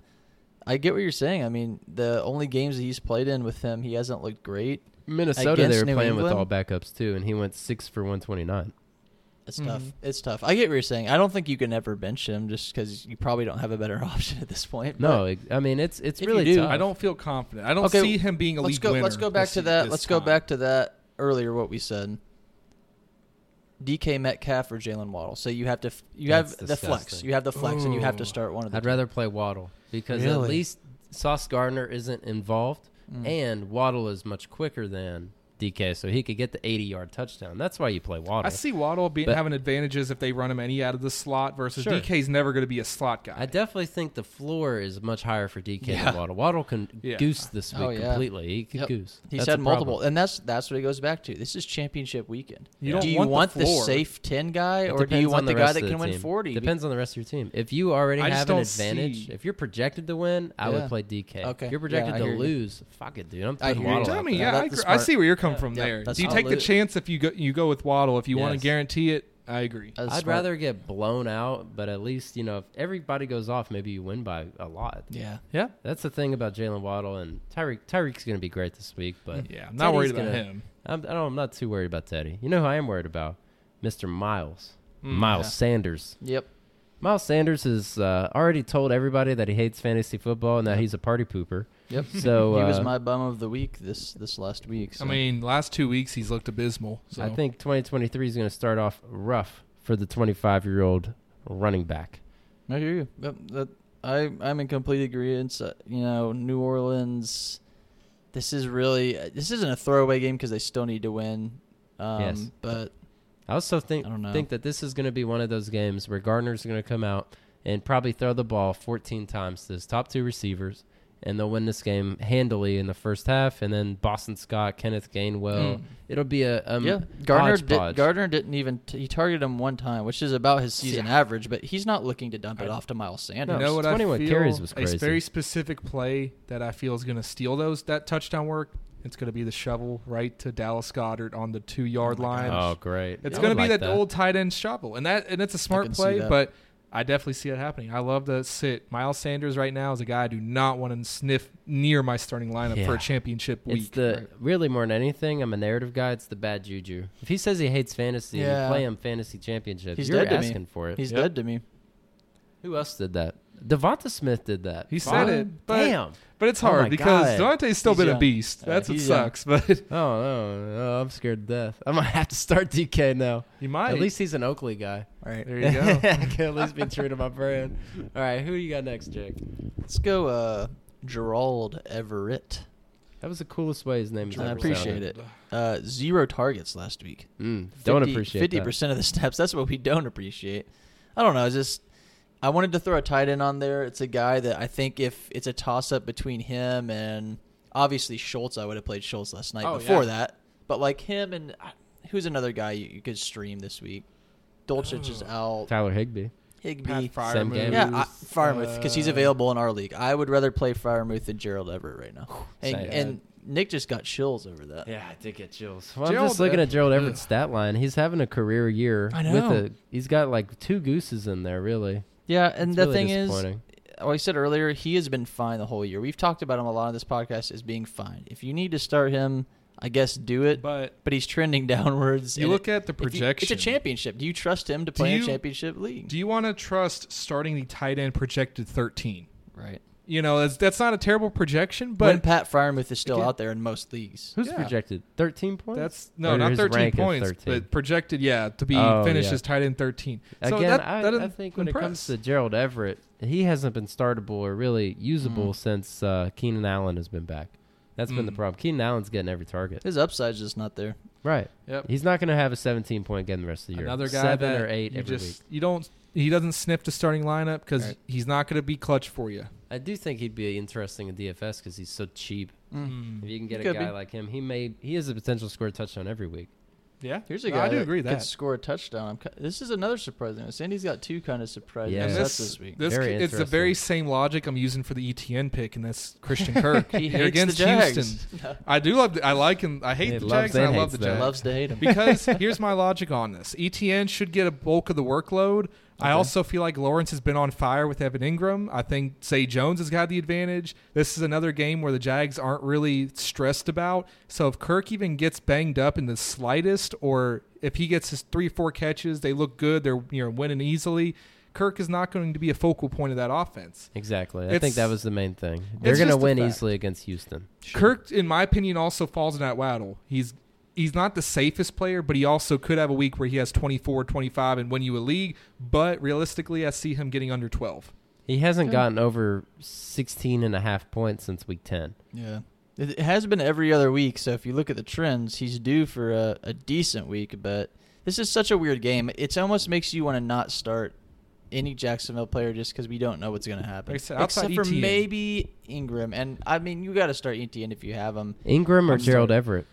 Speaker 2: I get what you're saying. I mean, the only games that he's played in with him, he hasn't looked great.
Speaker 3: Minnesota,
Speaker 2: Against
Speaker 3: they were
Speaker 2: New
Speaker 3: playing with
Speaker 2: England?
Speaker 3: all backups too, and he went six for 129.
Speaker 2: It's tough.
Speaker 1: Mhm.
Speaker 2: It's tough. I get what you're saying. I don't think you can ever bench him just because you probably don't have a better option at this point.
Speaker 3: No,
Speaker 2: but-
Speaker 3: it- I mean it's it's
Speaker 2: If
Speaker 3: really
Speaker 2: you do,
Speaker 3: tough.
Speaker 1: I don't feel confident. I don't
Speaker 2: Okay,
Speaker 1: see him being a
Speaker 2: let's
Speaker 1: league
Speaker 2: go,
Speaker 1: winner.
Speaker 2: Let's go back
Speaker 1: this-
Speaker 2: to that.
Speaker 1: this
Speaker 2: Let's go
Speaker 1: time.
Speaker 2: back to that earlier. What we said. DK Metcalf or Jalen Waddle. So you have to. f- You
Speaker 3: That's
Speaker 2: have the flex.
Speaker 3: disgusting.
Speaker 2: You have the flex, and you have
Speaker 1: Ooh.
Speaker 2: to start one of
Speaker 3: I'd
Speaker 2: them.
Speaker 3: rather play Waddle because at
Speaker 2: Really?
Speaker 3: least Sauce Gardner isn't involved,
Speaker 2: Mm.
Speaker 3: and Waddle is much quicker than DK, so he could get the 80 yard touchdown. That's why you play Waddle.
Speaker 1: I see Waddle being
Speaker 3: But-
Speaker 1: having advantages if they run him any out of the slot versus
Speaker 3: Sure.
Speaker 1: DK's never going to be a slot guy.
Speaker 3: I definitely think the floor is much higher for DK
Speaker 2: Yeah.
Speaker 3: than Waddle. Waddle can
Speaker 1: Yeah.
Speaker 3: goose this week
Speaker 2: Oh, yeah.
Speaker 3: completely. He could
Speaker 2: Yep.
Speaker 3: goose.
Speaker 2: He
Speaker 3: That's
Speaker 2: said
Speaker 3: a
Speaker 2: multiple,
Speaker 3: problem.
Speaker 2: and that's that's what it goes back to. This is championship weekend.
Speaker 1: You
Speaker 2: Do
Speaker 1: don't
Speaker 2: you
Speaker 1: want
Speaker 2: want,
Speaker 1: the
Speaker 2: the,
Speaker 1: floor.
Speaker 2: safe ten guy,
Speaker 3: It
Speaker 2: or do
Speaker 3: depends
Speaker 2: you
Speaker 3: on
Speaker 2: want the,
Speaker 3: the
Speaker 2: guy
Speaker 3: rest
Speaker 2: that
Speaker 3: of
Speaker 2: can
Speaker 3: the
Speaker 2: win
Speaker 3: team.
Speaker 2: forty?
Speaker 3: Depends on the rest of your team. If you already
Speaker 1: I just
Speaker 3: have an
Speaker 1: don't
Speaker 3: advantage,
Speaker 1: see-
Speaker 3: if you're projected to win, I
Speaker 2: Yeah.
Speaker 3: would play DK.
Speaker 2: Okay.
Speaker 3: If you're
Speaker 2: Yeah,
Speaker 3: projected
Speaker 2: I
Speaker 3: to
Speaker 2: hear you.
Speaker 3: lose, fuck it, dude. I'm
Speaker 2: I
Speaker 3: putting
Speaker 2: hear you.
Speaker 3: Waddle.
Speaker 2: Tell
Speaker 1: Tell
Speaker 3: out
Speaker 1: me,
Speaker 3: there.
Speaker 2: Yeah,
Speaker 1: yeah, I,
Speaker 2: that's
Speaker 1: gr- I
Speaker 2: smart.
Speaker 1: see where you're coming from
Speaker 2: Yeah,
Speaker 1: there.
Speaker 2: that's
Speaker 1: Do you take the
Speaker 2: absolute-
Speaker 1: chance if you go you go with Waddle if you want to
Speaker 3: Yes.
Speaker 1: guarantee it? I agree.
Speaker 2: That's
Speaker 3: I'd
Speaker 2: smart.
Speaker 3: rather get blown out, but at least you know if everybody goes off, maybe you win by a lot.
Speaker 2: Yeah.
Speaker 1: Yeah,
Speaker 3: That's the thing about Jalen Waddle and Tyreek. Tyreek's going to be great this week, but
Speaker 1: yeah. I'm not
Speaker 3: Teddy's
Speaker 1: worried about
Speaker 3: gonna-
Speaker 1: him.
Speaker 3: I'm, I don't, I'm not too worried about Teddy. You know who I am worried about? Mr. Miles.
Speaker 2: Mm.
Speaker 3: Miles
Speaker 2: Yeah.
Speaker 3: Sanders.
Speaker 2: Yep.
Speaker 3: Miles Sanders has uh, already told everybody that he hates fantasy football and that he's a party pooper.
Speaker 2: Yep.
Speaker 3: So
Speaker 2: he was
Speaker 3: uh,
Speaker 2: my bum of the week this this last week. So.
Speaker 1: I mean, last two weeks he's looked abysmal. So
Speaker 3: I think 2023 is going to start off rough for the 25 year old running back.
Speaker 2: I hear you. Yep, that, I I'm in complete agreement. uh, You know, New Orleans. This is really uh, this isn't a throwaway game because they still need to win. Um,
Speaker 3: Yes.
Speaker 2: But
Speaker 3: I also think
Speaker 2: I don't know.
Speaker 3: think that this is going to be one of those games where Gardner's going to come out and probably throw the ball 14 times to his top two receivers, and they'll win this game handily in the first half. And then Boston Scott, Kenneth Gainwell,
Speaker 2: Hmm.
Speaker 1: Mm.
Speaker 3: it'll be a um,
Speaker 2: yeah, Gardner did,
Speaker 3: hodgepodge.
Speaker 2: Gardner didn't even t- he targeted him one time, which is about his season average. But he's not looking to dump it
Speaker 1: I-
Speaker 2: off to Miles
Speaker 1: You
Speaker 2: Sanders.
Speaker 1: know what
Speaker 3: 21
Speaker 1: I feel?
Speaker 3: carries was crazy.
Speaker 1: A very specific play that I feel is going to steal those that touchdown work. It's going to be the shovel right to Dallas Goddard on the two yard
Speaker 2: Oh my
Speaker 1: line.
Speaker 3: Oh, great!
Speaker 1: It's
Speaker 3: I
Speaker 1: going
Speaker 3: would
Speaker 1: to be
Speaker 3: like
Speaker 1: that, old tight end shovel, and that and it's a smart
Speaker 2: can see
Speaker 1: play,
Speaker 2: that.
Speaker 1: but I definitely see it happening. I love the sit. Miles Sanders right now is a guy I do not want to sniff near my starting lineup for
Speaker 3: Yeah.
Speaker 1: a championship week.
Speaker 3: It's the really more than anything. I'm a narrative guy. It's the bad juju. If he says he hates fantasy, and
Speaker 2: Yeah.
Speaker 3: you play him fantasy championships.
Speaker 2: He's
Speaker 3: you're
Speaker 2: dead to me.
Speaker 3: asking for it.
Speaker 2: He's
Speaker 1: Yep.
Speaker 2: dead to me.
Speaker 3: Who else did that? Devonta Smith did that.
Speaker 1: He said
Speaker 3: Fine.
Speaker 1: it, but-
Speaker 3: Damn.
Speaker 1: but it's
Speaker 3: Oh my
Speaker 1: hard because
Speaker 3: God.
Speaker 1: Devontae's still
Speaker 2: He's
Speaker 1: been a
Speaker 2: young.
Speaker 1: beast.
Speaker 2: Uh,
Speaker 1: That's what
Speaker 2: he's young.
Speaker 1: sucks, but
Speaker 3: Oh no, no, I'm scared to death. I might have to start DK now.
Speaker 1: you might.
Speaker 3: At least he's an Oakley guy.
Speaker 2: All right,
Speaker 1: there you go.
Speaker 3: I can at least be true to my brand. All right, who do you got next, Jake?
Speaker 2: let's go. Uh, Gerald Everett.
Speaker 3: That was the coolest way his name is.
Speaker 2: I appreciate it. Uh, zero targets last week.
Speaker 3: Mm, don't appreciate
Speaker 2: fifty
Speaker 3: 50%.
Speaker 2: percent of the snaps. That's what we don't appreciate. I don't know. It's just I wanted to throw a tight end on there. It's a guy that I think if it's a toss up between him and obviously Schultz, I would have played Schultz last night
Speaker 3: Oh,
Speaker 2: before
Speaker 3: yeah.
Speaker 2: that. But like him and I- who's another guy you, you could stream this week? Dolchich is out.
Speaker 3: Tyler Higby.
Speaker 2: Higby.
Speaker 1: Pat
Speaker 3: Sam
Speaker 1: Freiermuth,
Speaker 3: Gammon.
Speaker 2: Yeah, I, Firemouth because he's
Speaker 1: uh,
Speaker 2: available in our league. I would rather play Firemouth than Gerald Everett right now. And,
Speaker 3: Same.
Speaker 2: and Nick just got chills over that.
Speaker 3: Yeah, I did get chills. Well, I'm
Speaker 1: Gerald
Speaker 3: just looking at
Speaker 1: Everett-
Speaker 3: Gerald Everett's stat line. He's having a career year.
Speaker 2: I
Speaker 3: With
Speaker 2: know.
Speaker 3: a, he's got like two gooses in there, really.
Speaker 2: Yeah, and
Speaker 3: It's
Speaker 2: the
Speaker 3: really
Speaker 2: thing is,
Speaker 3: disappointing.
Speaker 2: like I said earlier, he has been fine the whole year. We've talked about him a lot on this podcast as being fine. If you need to start him, I guess do it. But,
Speaker 1: But
Speaker 2: he's trending downwards.
Speaker 1: you
Speaker 2: and
Speaker 1: look
Speaker 2: it-
Speaker 1: at the
Speaker 2: if you-
Speaker 1: projection.
Speaker 2: it's a championship. Do you trust him to
Speaker 1: Do
Speaker 2: play in
Speaker 1: you-
Speaker 2: a championship league?
Speaker 1: Do you want to trust starting the tight end projected 13?
Speaker 2: right.
Speaker 1: You know, that's, that's not a terrible projection,
Speaker 2: But when
Speaker 1: but
Speaker 2: Pat Fryermuth is still
Speaker 1: Again-
Speaker 2: out there in most leagues.
Speaker 3: Who's
Speaker 1: yeah.
Speaker 3: projected? 13 points?
Speaker 1: that's no,
Speaker 3: Or
Speaker 1: not
Speaker 3: his
Speaker 1: 13
Speaker 3: rank is
Speaker 1: points,
Speaker 3: 13.
Speaker 1: but projected, yeah, to be
Speaker 3: Oh,
Speaker 1: finished
Speaker 3: yeah.
Speaker 1: as tight end 13. So
Speaker 3: Again,
Speaker 1: that,
Speaker 3: I,
Speaker 1: that
Speaker 3: I
Speaker 1: doesn't
Speaker 3: think when it comes
Speaker 1: impress.
Speaker 3: to Gerald Everett, he hasn't been startable or really usable since uh, Keenan Allen has been back. That's been the
Speaker 1: Mm.
Speaker 3: problem. Keenan Allen's getting every target.
Speaker 2: His upside's just not there.
Speaker 3: Right.
Speaker 1: Yep.
Speaker 3: He's not going to have a 17 point game the rest of the year.
Speaker 1: another guy
Speaker 3: Seven
Speaker 1: that
Speaker 3: or eight
Speaker 1: you
Speaker 3: every
Speaker 1: just
Speaker 3: week.
Speaker 1: you don't he doesn't sniff the starting lineup because
Speaker 2: Right.
Speaker 1: he's not going to be clutch for you.
Speaker 3: I do think he'd be interesting in DFS because he's so cheap.
Speaker 2: Hmm.
Speaker 1: Mm.
Speaker 2: Mm.
Speaker 3: If
Speaker 1: Hmm.
Speaker 3: you can get a
Speaker 2: Could
Speaker 3: guy
Speaker 2: be.
Speaker 3: like him, he may he has a potential to score a touchdown every week.
Speaker 1: Yeah,
Speaker 2: Here's a
Speaker 1: No,
Speaker 2: guy
Speaker 1: I do
Speaker 2: that
Speaker 1: agree
Speaker 2: could
Speaker 1: that.
Speaker 2: score a touchdown. I'm, ki- this is another surprising. one. Sandy's got two kind of surprising
Speaker 3: Yeah.
Speaker 1: And
Speaker 2: sets
Speaker 1: this,
Speaker 2: this week.
Speaker 1: this
Speaker 3: Very
Speaker 1: it's the
Speaker 3: interesting.
Speaker 1: very same logic I'm using for the ETN pick, and that's Christian Kirk
Speaker 2: He hates
Speaker 1: against
Speaker 2: the Jags.
Speaker 1: Houston. I do love. The, I like him. I hate
Speaker 3: He
Speaker 1: the
Speaker 3: loves
Speaker 1: Jags. And I
Speaker 3: and
Speaker 1: love the
Speaker 3: hates
Speaker 1: Jags.
Speaker 3: that.
Speaker 2: Loves to hate him.
Speaker 1: because here's my logic on this. ETN should get a bulk of the workload. I
Speaker 2: Okay.
Speaker 1: also feel like Lawrence has been on fire with Evan Ingram. I think Say Jones has got the advantage. This is another game where the Jags aren't really stressed about. So if Kirk even gets banged up in the slightest, or if he gets his three, four catches, they look good. They're you know winning easily. Kirk is not going to be a focal point of that offense.
Speaker 3: Exactly. I
Speaker 1: It's-
Speaker 3: think that was the main thing. They're
Speaker 1: it's
Speaker 3: going to
Speaker 1: just a
Speaker 3: win
Speaker 1: fact.
Speaker 3: easily against Houston.
Speaker 1: Kirk, in my opinion, also falls in that waddle. He's he's not the safest player, but he also could have a week where he has 24, 25 and win you a league. But realistically, I see him getting under 12.
Speaker 3: He hasn't gotten over 16 and a half points since week 10.
Speaker 2: Yeah. It it has been every other week, so if you look at the trends, he's due for a, a decent week, but this is such a weird game. It almost makes you want to not start any Jacksonville player just because we don't know what's going to happen.
Speaker 1: Like I said, E outside
Speaker 2: Except for
Speaker 1: ETN.
Speaker 2: maybe Ingram. And, I mean, you got to start ETN if you have him.
Speaker 3: Ingram or
Speaker 2: I'm
Speaker 3: Gerald
Speaker 2: sorry.
Speaker 3: Everett?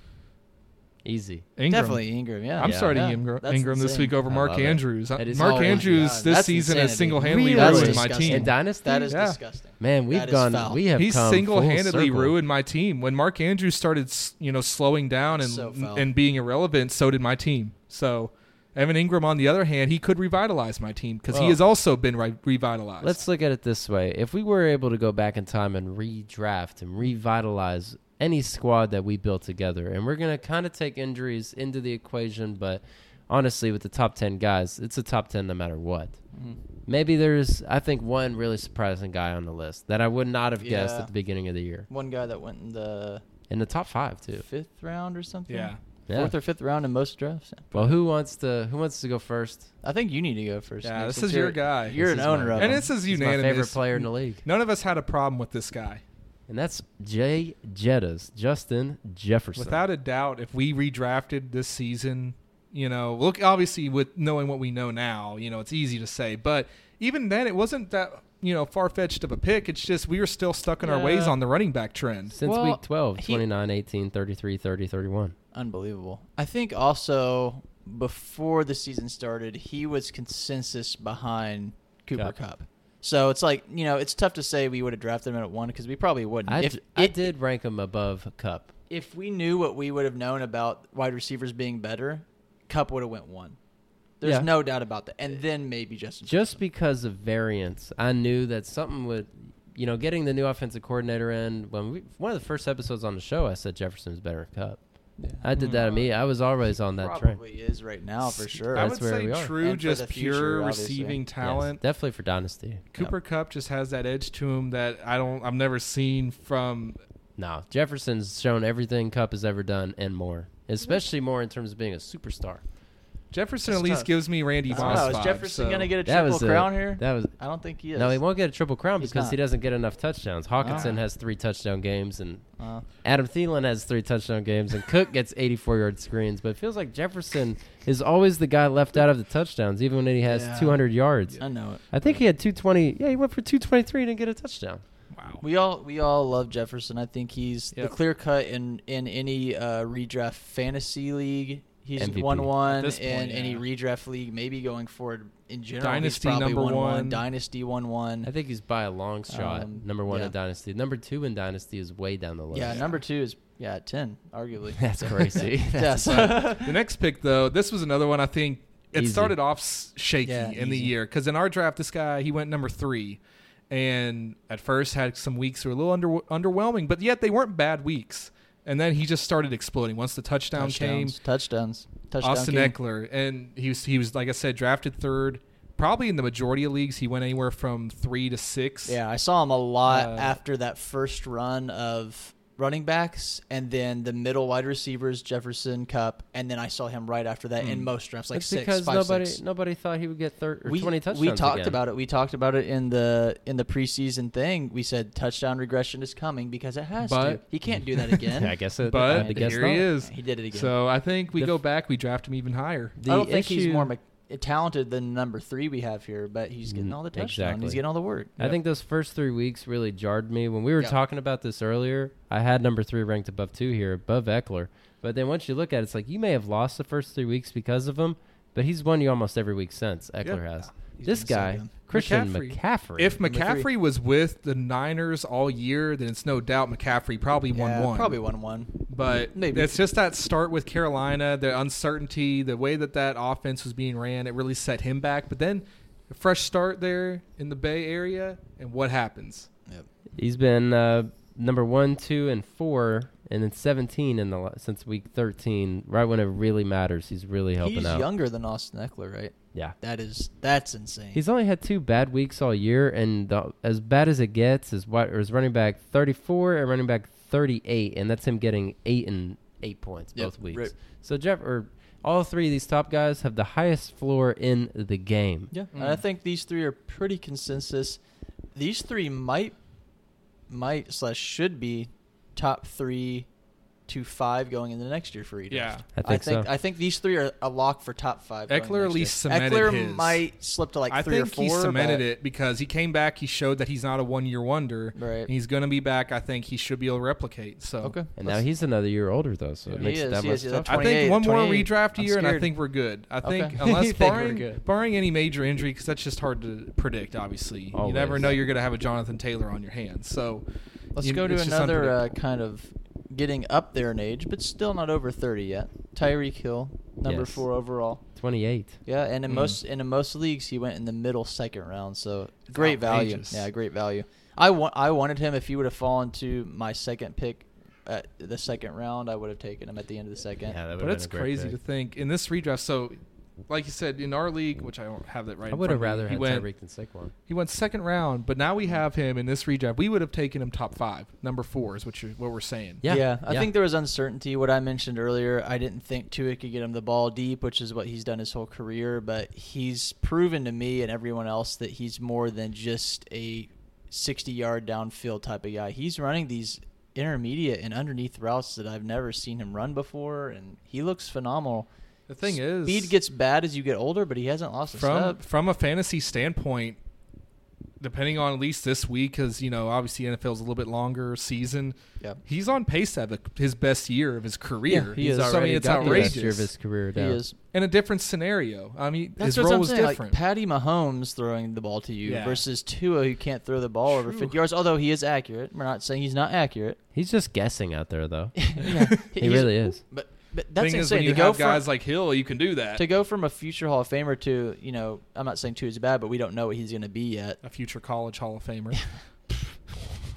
Speaker 3: Easy.
Speaker 1: Ingram.
Speaker 2: Definitely Ingram, yeah.
Speaker 1: I'm
Speaker 3: Yeah.
Speaker 1: starting
Speaker 2: Yeah,
Speaker 1: Ingram,
Speaker 2: that's
Speaker 1: Ingram this
Speaker 2: insane.
Speaker 1: week over
Speaker 3: I
Speaker 1: Mark
Speaker 3: love it.
Speaker 1: Andrews.
Speaker 3: That is
Speaker 1: Mark
Speaker 3: all-
Speaker 1: Andrews
Speaker 2: God,
Speaker 1: this
Speaker 2: that's
Speaker 1: season
Speaker 2: insanity.
Speaker 1: has single-handedly
Speaker 3: Really?
Speaker 1: ruined my
Speaker 2: That's
Speaker 1: team.
Speaker 3: In Dynasty?
Speaker 2: That is
Speaker 1: Yeah.
Speaker 2: disgusting.
Speaker 3: Man, we've
Speaker 2: That is
Speaker 3: gone.
Speaker 2: foul.
Speaker 3: We have
Speaker 1: He
Speaker 3: come
Speaker 1: single-handedly
Speaker 3: full circle.
Speaker 1: ruined my team. When Mark Andrews started, s- you know, slowing down and
Speaker 2: So foul.
Speaker 1: and being irrelevant, so did my team. So Evan Ingram, on the other hand, he could revitalize my team because he
Speaker 3: Well,
Speaker 1: has also been ri- revitalized.
Speaker 3: Let's look at it this way: if we were able to go back in time and redraft and revitalize any squad that we built together, and we're gonna kind of take injuries into the equation, but honestly, with the top 10 guys, it's a top 10 no matter what.
Speaker 2: Mm-hmm.
Speaker 3: Maybe there's, I think, one really surprising guy on the list that I would not have guessed
Speaker 2: Yeah.
Speaker 3: at the beginning of the year.
Speaker 2: One guy that went in the
Speaker 3: In the top five, too.
Speaker 2: fifth round or something.
Speaker 1: Yeah.
Speaker 3: Yeah.
Speaker 2: Fourth or fifth round in most drafts.
Speaker 3: Well, who wants to who wants to go first?
Speaker 2: I think you need to go first.
Speaker 1: Yeah,
Speaker 2: Nick,
Speaker 1: this
Speaker 2: since
Speaker 1: is your
Speaker 2: you're-
Speaker 1: guy.
Speaker 2: You're
Speaker 3: This
Speaker 2: an
Speaker 3: is
Speaker 2: owner
Speaker 3: my-
Speaker 2: of
Speaker 1: And
Speaker 2: him.
Speaker 1: this is
Speaker 3: He's my
Speaker 1: unanimous.
Speaker 3: favorite player in the league,
Speaker 1: None of us had a problem with this guy.
Speaker 3: and that's Jay Jettas, Justin Jefferson.
Speaker 1: Without a doubt, if we redrafted this season, you know, look, obviously with knowing what we know now, you know, it's easy to say, but even then, it wasn't that you know far fetched of a pick. It's just we were still stuck in our ways
Speaker 2: Yeah.
Speaker 1: on the running back trend.
Speaker 3: since
Speaker 2: Well,
Speaker 3: week 12,
Speaker 2: he-
Speaker 3: 29, 18, 33, 30, 31.
Speaker 2: Unbelievable. I think also before the season started, he was consensus behind Cooper
Speaker 3: Cup.
Speaker 2: Cup. So it's like you know, it's tough to say we would have drafted him at one because we probably wouldn't.
Speaker 3: I,
Speaker 2: if
Speaker 3: d- I
Speaker 2: it-
Speaker 3: did rank him above Cup.
Speaker 2: if we knew what we would have known about wide receivers being better, Cup would have went one. There's
Speaker 3: Yeah.
Speaker 2: no doubt about that. And then maybe Justin.
Speaker 3: Just
Speaker 2: Jefferson.
Speaker 3: because of variance, I knew that something would, you know, getting the new offensive coordinator in. When we, one of the first episodes on the show, I said Jefferson was better than Cup. I did
Speaker 2: Mm-hmm.
Speaker 3: that to me. I was always on that train.
Speaker 2: probably is right now Oh, for sure.
Speaker 1: I
Speaker 3: That's
Speaker 1: would
Speaker 3: where
Speaker 1: say
Speaker 3: we are.
Speaker 1: true,
Speaker 2: And for
Speaker 1: just
Speaker 2: the
Speaker 1: pure
Speaker 2: future, obviously.
Speaker 1: receiving
Speaker 2: Yes.
Speaker 1: talent.
Speaker 3: Yes, definitely for dynasty.
Speaker 1: Cooper Cup just has that edge to him that I don't, I've never seen from.
Speaker 3: No, Jefferson's shown everything Cup has ever done and more, especially more in terms of being a superstar.
Speaker 1: Jefferson
Speaker 2: That's
Speaker 1: at least
Speaker 2: tough.
Speaker 1: gives me Randy
Speaker 2: I
Speaker 1: Moss.
Speaker 2: don't know. Is
Speaker 1: vibes,
Speaker 2: Jefferson
Speaker 1: so-
Speaker 2: gonna get a
Speaker 3: That
Speaker 2: triple
Speaker 3: was a-
Speaker 2: crown here?
Speaker 3: that was-
Speaker 2: I don't think he is.
Speaker 3: No, he won't get a triple crown
Speaker 2: He's
Speaker 3: because he
Speaker 2: not.
Speaker 3: doesn't get enough touchdowns. Hawkinson
Speaker 2: Ah.
Speaker 3: has three touchdown games, and
Speaker 2: Uh,
Speaker 3: Adam Thielen has three touchdown games, and Cook gets 84 yard screens. But it feels like Jefferson is always the guy left out of the touchdowns, even when he has
Speaker 2: Yeah.
Speaker 3: 200 yards.
Speaker 2: I know it.
Speaker 3: I think he had 220. Yeah, he went for 223 and didn't get a touchdown.
Speaker 1: Wow.
Speaker 2: We all we all love Jefferson. I think he's
Speaker 1: Yep.
Speaker 2: the clear cut in in any uh, redraft fantasy league. He's
Speaker 3: MVP.
Speaker 2: one one
Speaker 1: At this
Speaker 2: in
Speaker 1: point,
Speaker 2: any
Speaker 1: yeah.
Speaker 2: redraft league. Maybe going forward in general, he's
Speaker 1: Dynasty
Speaker 2: probably
Speaker 1: number
Speaker 2: 1-1,
Speaker 1: one.
Speaker 2: Dynasty one
Speaker 3: I
Speaker 2: one.
Speaker 3: think he's by a long shot,
Speaker 2: Um,
Speaker 3: number one
Speaker 2: yeah.
Speaker 3: in Dynasty. Number two in Dynasty is way down the list.
Speaker 2: Yeah, number two is yeah at ten, arguably.
Speaker 3: That's crazy.
Speaker 2: yes.
Speaker 1: The next pick, though, this was another one I think it
Speaker 3: Easy.
Speaker 1: started off s- shaky
Speaker 2: Yeah,
Speaker 1: in the
Speaker 2: easy.
Speaker 1: year because in our draft, this guy he went number three, and at first had some weeks that were a little under, underwhelming, but yet they weren't bad weeks. And then he just started exploding once the touchdown came.
Speaker 2: touchdowns, touchdowns, touchdown
Speaker 1: Austin
Speaker 2: king.
Speaker 1: Eckler, and he was he was like I said, drafted third. Probably in the majority of leagues, he went anywhere from three to six.
Speaker 2: Yeah, I saw him a lot
Speaker 1: Uh,
Speaker 2: after that first run of running backs and then the middle wide receivers, Jefferson Cup, and then I saw him right after that
Speaker 1: Hmm.
Speaker 2: in most drafts, like
Speaker 3: That's
Speaker 2: six,
Speaker 3: because
Speaker 2: five,
Speaker 3: nobody
Speaker 2: six.
Speaker 3: nobody thought he would get thir- or
Speaker 2: we,
Speaker 3: 20 touchdowns.
Speaker 2: we talked
Speaker 3: again.
Speaker 2: about it. We talked about it in the in the preseason thing. We said touchdown regression is coming because it has to.
Speaker 1: But-
Speaker 2: He can't do that again.
Speaker 3: Yeah, I guess it. I
Speaker 1: but
Speaker 3: had to guess
Speaker 1: here
Speaker 3: not.
Speaker 1: he is.
Speaker 2: He did it again.
Speaker 1: So I think we
Speaker 3: The
Speaker 1: go
Speaker 3: f-
Speaker 1: back, we draft him even higher.
Speaker 3: The
Speaker 2: I don't think he's
Speaker 3: issue-
Speaker 2: more me- talented than number three we have here, but he's getting
Speaker 3: Mm,
Speaker 2: all the touchdowns.
Speaker 3: exactly.
Speaker 2: He's getting all the work.
Speaker 3: I think those first three weeks really jarred me. When we were
Speaker 2: Yeah.
Speaker 3: talking about this earlier, I had number three ranked above two here, above Eckler. But then once you look at it, it's like you may have lost the first three weeks because of him, but he's won you almost every week since Eckler
Speaker 1: Yeah.
Speaker 3: has.
Speaker 2: He's
Speaker 3: this
Speaker 2: been so
Speaker 3: guy,
Speaker 2: good.
Speaker 3: Christian
Speaker 1: McCaffrey.
Speaker 3: McCaffrey.
Speaker 1: If
Speaker 2: Number three.
Speaker 1: McCaffrey was with the Niners all year, then it's no doubt McCaffrey probably won
Speaker 2: Yeah,
Speaker 1: one.
Speaker 2: Probably one one.
Speaker 1: But
Speaker 2: Maybe.
Speaker 1: it's just that start with Carolina, the uncertainty, the way that that offense was being ran, it really set him back. But then a fresh start there in the Bay Area, and what happens?
Speaker 3: he's been uh, number one, two, and four, and then 17 in the la- since week 13, right when it really matters. He's really helping
Speaker 2: He's
Speaker 3: out.
Speaker 2: younger than Austin Eckler, right?
Speaker 3: Yeah.
Speaker 2: That is that's insane.
Speaker 3: He's only had two bad weeks all year, and the, as bad as it gets is what is running back 34 and running back 38, and that's him getting eight and eight points
Speaker 2: Yep,
Speaker 3: both weeks.
Speaker 2: right.
Speaker 3: So Jeff or all three of these top guys have the highest floor in the game.
Speaker 2: yeah, and I
Speaker 1: Mm.
Speaker 2: think these three are pretty consensus. These three might, might slash should be top three to five going into next year for redraft.
Speaker 1: Yeah.
Speaker 3: I
Speaker 2: I
Speaker 3: think
Speaker 2: think
Speaker 3: so.
Speaker 2: I think these three are a lock for top five. going
Speaker 1: Eckler at
Speaker 2: next
Speaker 1: least
Speaker 2: year.
Speaker 1: cemented
Speaker 2: Eckler
Speaker 1: his.
Speaker 2: might slip to like
Speaker 1: I
Speaker 2: three
Speaker 1: think
Speaker 2: or four.
Speaker 1: he cemented
Speaker 2: but-
Speaker 1: it because he came back, he showed that he's not a one year wonder.
Speaker 2: Right.
Speaker 1: And he's gonna be back. I think he should be able to replicate. So
Speaker 2: Okay.
Speaker 3: And now
Speaker 2: let's-
Speaker 3: he's another year older though, so it
Speaker 1: He
Speaker 3: makes it
Speaker 2: is,
Speaker 3: that
Speaker 2: he
Speaker 3: much
Speaker 2: is, he's a
Speaker 3: tougher.
Speaker 1: I think
Speaker 2: 28,
Speaker 1: one more
Speaker 2: 28.
Speaker 1: redraft
Speaker 2: I'm
Speaker 1: year, and I
Speaker 2: scared.
Speaker 1: think we're good. I think
Speaker 2: Okay.
Speaker 1: unless
Speaker 2: You think we're
Speaker 1: barring,
Speaker 2: good.
Speaker 1: barring any major injury, because that's just hard to predict. Obviously, you
Speaker 3: Always.
Speaker 1: never know you're going to have a Jonathan Taylor on your hands. So
Speaker 2: Let's
Speaker 1: you-
Speaker 2: go to
Speaker 1: it's just
Speaker 2: another uh,
Speaker 1: unpredictable.
Speaker 2: kind of getting up there in age, but still not over thirty yet. Tyreek Hill, number
Speaker 3: Yes.
Speaker 2: four overall.
Speaker 3: 28.
Speaker 2: Yeah, and in
Speaker 1: Mm.
Speaker 2: most and in most leagues, he went in the middle second round. So great value.
Speaker 1: outrageous.
Speaker 2: Yeah, great value. I want I wanted him if he would have fallen to my second pick at the second round, I would have taken him at the end of the second.
Speaker 3: Yeah, that would've
Speaker 1: but
Speaker 3: been
Speaker 1: it's
Speaker 3: a great
Speaker 1: crazy
Speaker 3: pick.
Speaker 1: to think in this redraft. So like you said, in our league, which I don't have that right.
Speaker 3: I
Speaker 1: in
Speaker 3: would
Speaker 1: front of
Speaker 3: have
Speaker 1: me,
Speaker 3: rather
Speaker 1: he went.
Speaker 3: had Tyreek than Saquon.
Speaker 1: He went second round, but now we have him in this redraft. We would have taken him top five, number four is what you what we're saying.
Speaker 3: Yeah,
Speaker 2: I
Speaker 3: yeah.
Speaker 2: think there was uncertainty. What I mentioned earlier, I didn't think Tua could get him the ball deep, which is what he's done his whole career. But he's proven to me and everyone else that he's more than just a 60 yard downfield type of guy. He's running these intermediate and underneath routes that I've never seen him run before, and he looks phenomenal.
Speaker 1: The thing is,
Speaker 2: speed gets bad as you get older, but he hasn't lost a
Speaker 1: from
Speaker 2: step.
Speaker 1: from a fantasy standpoint, depending on at least this week, because you know obviously NFL's a little bit longer season.
Speaker 2: Yeah.
Speaker 1: He's on pace to have a, his best year of his career.
Speaker 2: Yeah,
Speaker 3: He
Speaker 1: He's-
Speaker 3: has
Speaker 1: so, I mean,
Speaker 3: already
Speaker 1: it's
Speaker 3: got the best
Speaker 1: outrageous.
Speaker 3: year of his career.
Speaker 2: He
Speaker 3: down.
Speaker 2: is.
Speaker 1: In a different scenario, I mean,
Speaker 2: That's
Speaker 1: his
Speaker 2: what
Speaker 1: role
Speaker 2: I'm
Speaker 1: was
Speaker 2: saying.
Speaker 1: different.
Speaker 2: Like Patty Mahomes throwing the ball to you
Speaker 1: Yeah.
Speaker 2: versus Tua, who can't throw the ball over
Speaker 1: True.
Speaker 2: 50 yards. Although he is accurate, we're not saying he's not accurate.
Speaker 3: He's just guessing out there, though.
Speaker 2: yeah,
Speaker 3: he really is.
Speaker 2: But, but that's
Speaker 1: thing is,
Speaker 2: insane.
Speaker 1: when you
Speaker 2: to go
Speaker 1: have
Speaker 2: from
Speaker 1: guys like Hill, you can do that.
Speaker 2: to go from a future Hall of Famer to you know, I'm not saying Tua's bad, but we don't know what he's going to be yet.
Speaker 1: a future college Hall of Famer.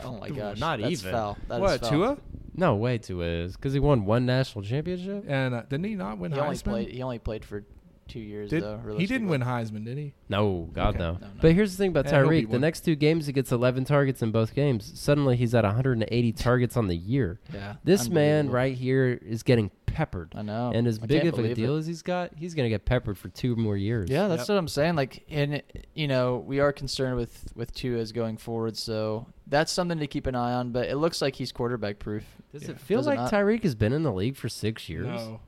Speaker 2: Oh my gosh,
Speaker 3: Not
Speaker 2: that's
Speaker 3: even.
Speaker 2: foul. That is
Speaker 1: what
Speaker 2: foul.
Speaker 1: Tua?
Speaker 3: No way to is because he won one national championship.
Speaker 1: And uh, didn't he not win
Speaker 2: He
Speaker 1: Heisman?
Speaker 2: only played. He only played for two years
Speaker 1: Did-
Speaker 2: though.
Speaker 1: he didn't
Speaker 2: realistically.
Speaker 1: win Heisman, did he?
Speaker 3: No, God
Speaker 1: Okay.
Speaker 3: no.
Speaker 2: No, no.
Speaker 3: But here's the thing about
Speaker 1: Yeah, he'll be
Speaker 3: Tyreek: the
Speaker 1: one.
Speaker 3: next two games, he gets 11 targets in both games. Suddenly, he's at 180 targets on the year.
Speaker 2: Yeah,
Speaker 3: This man
Speaker 2: unbelievable.
Speaker 3: right here is getting peppered.
Speaker 2: I know.
Speaker 3: And as
Speaker 2: I
Speaker 3: big
Speaker 2: can't
Speaker 3: of a
Speaker 2: believe it.
Speaker 3: deal as he's got, he's gonna get peppered for two more years.
Speaker 2: Yeah, that's
Speaker 1: Yep.
Speaker 2: what I'm saying. Like, and you know, we are concerned with with Tua's going forward, so that's something to keep an eye on. But it looks like he's quarterback proof.
Speaker 3: Does
Speaker 1: Yeah.
Speaker 3: it feel
Speaker 2: Does it
Speaker 3: like
Speaker 2: not?
Speaker 3: Tyreek has been in the league for six years?
Speaker 1: No.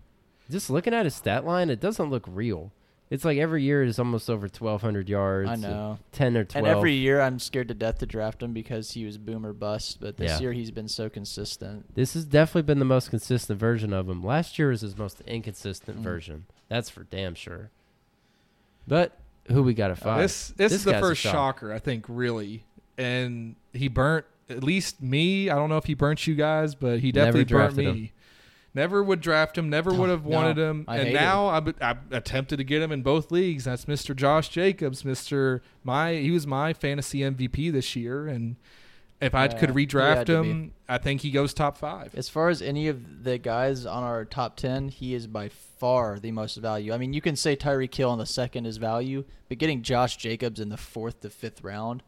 Speaker 3: Just looking at his stat line, it doesn't look real. It's like every year is almost over 1,200 yards.
Speaker 2: I know.
Speaker 3: Ten or twelve.
Speaker 2: And every year, I'm scared to death to draft him because he was boom or bust. But this
Speaker 3: Yeah.
Speaker 2: year, he's been so consistent.
Speaker 3: This has definitely been the most consistent version of him. Last year was his most inconsistent
Speaker 2: Mhm.
Speaker 3: version. That's for damn sure. But who we got at five?
Speaker 1: This this, is the
Speaker 3: guy's a
Speaker 1: first
Speaker 3: shock.
Speaker 1: shocker, I think, really. And he burnt at least me. I don't know if he burnt you guys, but he
Speaker 3: Never
Speaker 1: definitely burnt
Speaker 3: drafted
Speaker 1: me. Never would draft him. Never would have
Speaker 2: No,
Speaker 1: wanted him.
Speaker 2: I
Speaker 1: and
Speaker 2: hate
Speaker 1: now I've, I've attempted to get him in both leagues. That's Mr. Josh Jacobs. Mister my he was my fantasy MVP this year, and if I
Speaker 2: Yeah,
Speaker 1: could
Speaker 2: he had
Speaker 1: redraft
Speaker 2: to be.
Speaker 1: him, I think he goes top five.
Speaker 2: As far as any of the guys on our top ten, he is by far the most value. I mean, you can say Tyree Kill on the second is value, but getting Josh Jacobs in the fourth to fifth round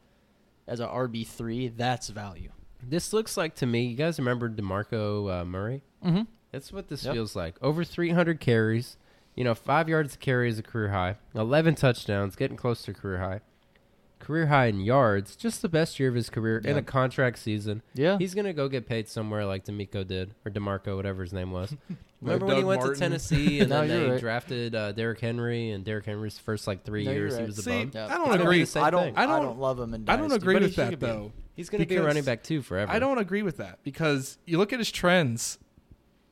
Speaker 2: as a RB three, that's value.
Speaker 3: This looks like to me. You guys remember Demarco uh, Murray?
Speaker 2: Mm-hmm.
Speaker 3: That's what this
Speaker 2: Yep.
Speaker 3: feels like. Over 300 carries. You know, five yards a carry is a career high. 11 touchdowns, getting close to career high. Career high in yards. Just the best year of his career in
Speaker 2: Yeah.
Speaker 3: a contract season.
Speaker 2: Yeah,
Speaker 3: He's gonna go get paid somewhere like D'Amico did or Demarco, whatever his name was. Remember
Speaker 1: Or
Speaker 3: when he
Speaker 1: Doug
Speaker 3: went to
Speaker 1: Martin.
Speaker 3: Tennessee and
Speaker 2: No,
Speaker 3: then
Speaker 2: you're
Speaker 3: they
Speaker 2: right.
Speaker 3: drafted uh, Derrick Henry and Derrick Henry's first like three
Speaker 2: No, you're
Speaker 3: years he
Speaker 2: right.
Speaker 3: was a
Speaker 1: See,
Speaker 3: bum.
Speaker 2: Yeah.
Speaker 1: I don't
Speaker 3: It's gonna be
Speaker 1: agree.
Speaker 3: the same
Speaker 2: I don't.
Speaker 3: thing.
Speaker 2: I
Speaker 1: I
Speaker 2: don't,
Speaker 1: don't-
Speaker 2: love him. In
Speaker 1: I don't
Speaker 2: Dynasty,
Speaker 1: agree
Speaker 2: but he
Speaker 1: with
Speaker 2: should
Speaker 1: that
Speaker 2: be.
Speaker 1: though.
Speaker 3: He's gonna be a
Speaker 1: Because-
Speaker 3: running back too forever.
Speaker 1: I don't agree with that because you look at his trends.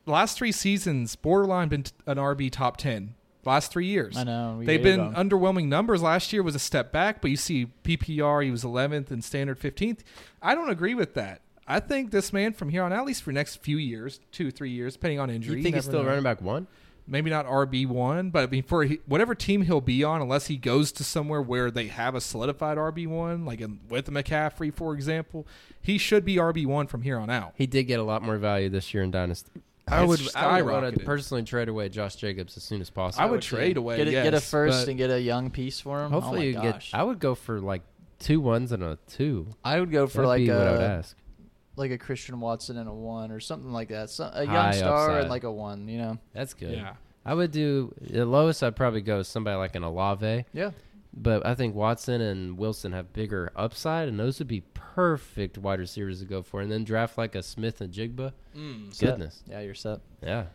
Speaker 1: Last three seasons, borderline been t- an RB top ten. Last three years,
Speaker 2: I know. we
Speaker 1: they've
Speaker 2: hated
Speaker 1: been
Speaker 2: him.
Speaker 1: underwhelming numbers. Last year was a step back, but you see PPR, he was 11th and standard 15th. I don't agree with that. I think this man from here on out, at least for next few years, two three years, depending on injury.
Speaker 3: You think he's
Speaker 1: never
Speaker 3: still
Speaker 1: know.
Speaker 3: running back one?
Speaker 1: Maybe not RB one, but I mean for he- whatever team he'll be on, unless he goes to somewhere where they have a solidified RB one, like in, with McCaffrey, for example, he should be RB one from here on out.
Speaker 3: He did get a lot more value this year in Dynasty.
Speaker 1: I
Speaker 3: It's
Speaker 1: would
Speaker 3: just- I would want to
Speaker 1: skyrocket. it.
Speaker 3: personally trade away Josh Jacobs as soon as possible.
Speaker 1: I would trade away.
Speaker 2: Get a,
Speaker 1: yes,
Speaker 2: get a first
Speaker 1: but
Speaker 2: and get a young piece for him.
Speaker 3: Hopefully
Speaker 2: oh
Speaker 3: you
Speaker 2: my
Speaker 3: get.
Speaker 2: gosh.
Speaker 3: I would go for like two ones and a two.
Speaker 2: I would go for
Speaker 3: That'd
Speaker 2: like
Speaker 3: be what I would
Speaker 2: a
Speaker 3: ask.
Speaker 2: like a Christian Watson and a one or something like that. So, a young
Speaker 3: High
Speaker 2: star
Speaker 3: upside.
Speaker 2: and like a one. You know.
Speaker 3: That's good.
Speaker 1: yeah,
Speaker 3: I would do the lowest. I'd probably go is somebody like an Alave.
Speaker 2: Yeah.
Speaker 3: But I think Watson and Wilson have bigger upside, and those would be perfect wide receivers to go for. And then draft like a Smith and Jigba.
Speaker 2: Set.
Speaker 3: Goodness,
Speaker 2: Yeah, you're set.
Speaker 3: yeah,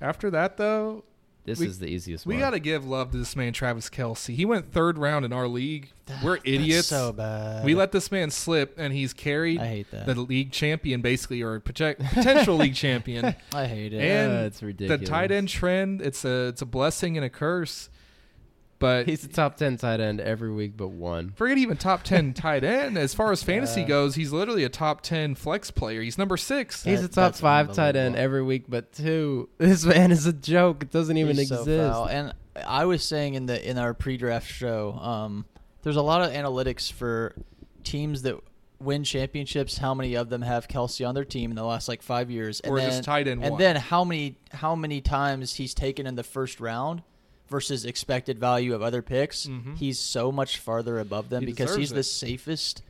Speaker 1: after that though,
Speaker 3: this
Speaker 1: We-
Speaker 3: is the easiest
Speaker 1: we
Speaker 3: one.
Speaker 1: got to give love to this man Travis Kelsey. He went third round in our league. We're idiots.
Speaker 2: so bad.
Speaker 1: we let this man slip, and he's carried
Speaker 2: I hate that.
Speaker 1: the league champion, basically, or project, potential league champion.
Speaker 2: I hate it.
Speaker 1: And
Speaker 3: Yeah, it's
Speaker 1: The
Speaker 3: ridiculous.
Speaker 1: tight end trend, it's a it's a blessing and a curse. But
Speaker 3: He's the top ten tight end every week, but one.
Speaker 1: forget even top ten tight end. As far as fantasy
Speaker 2: Uh,
Speaker 1: goes, he's literally a top ten flex player. He's number six.
Speaker 3: He's the
Speaker 2: That-
Speaker 3: top
Speaker 2: that's
Speaker 3: five tight end
Speaker 2: unbelievable.
Speaker 3: every week, but two. This man is a joke. It doesn't even
Speaker 2: He's so
Speaker 3: exist.
Speaker 2: foul. and I was saying in the in our pre-draft show, um, there's a lot of analytics for teams that win championships. How many of them have Kelsey on their team in the last like five years? And
Speaker 1: Or
Speaker 2: then,
Speaker 1: just tight end
Speaker 2: And
Speaker 1: one.
Speaker 2: then how many how many times he's taken in the first round? versus expected value of other picks,
Speaker 1: Mhm.
Speaker 2: he's so much farther above them
Speaker 1: He
Speaker 2: because he's
Speaker 1: deserves it.
Speaker 2: the safest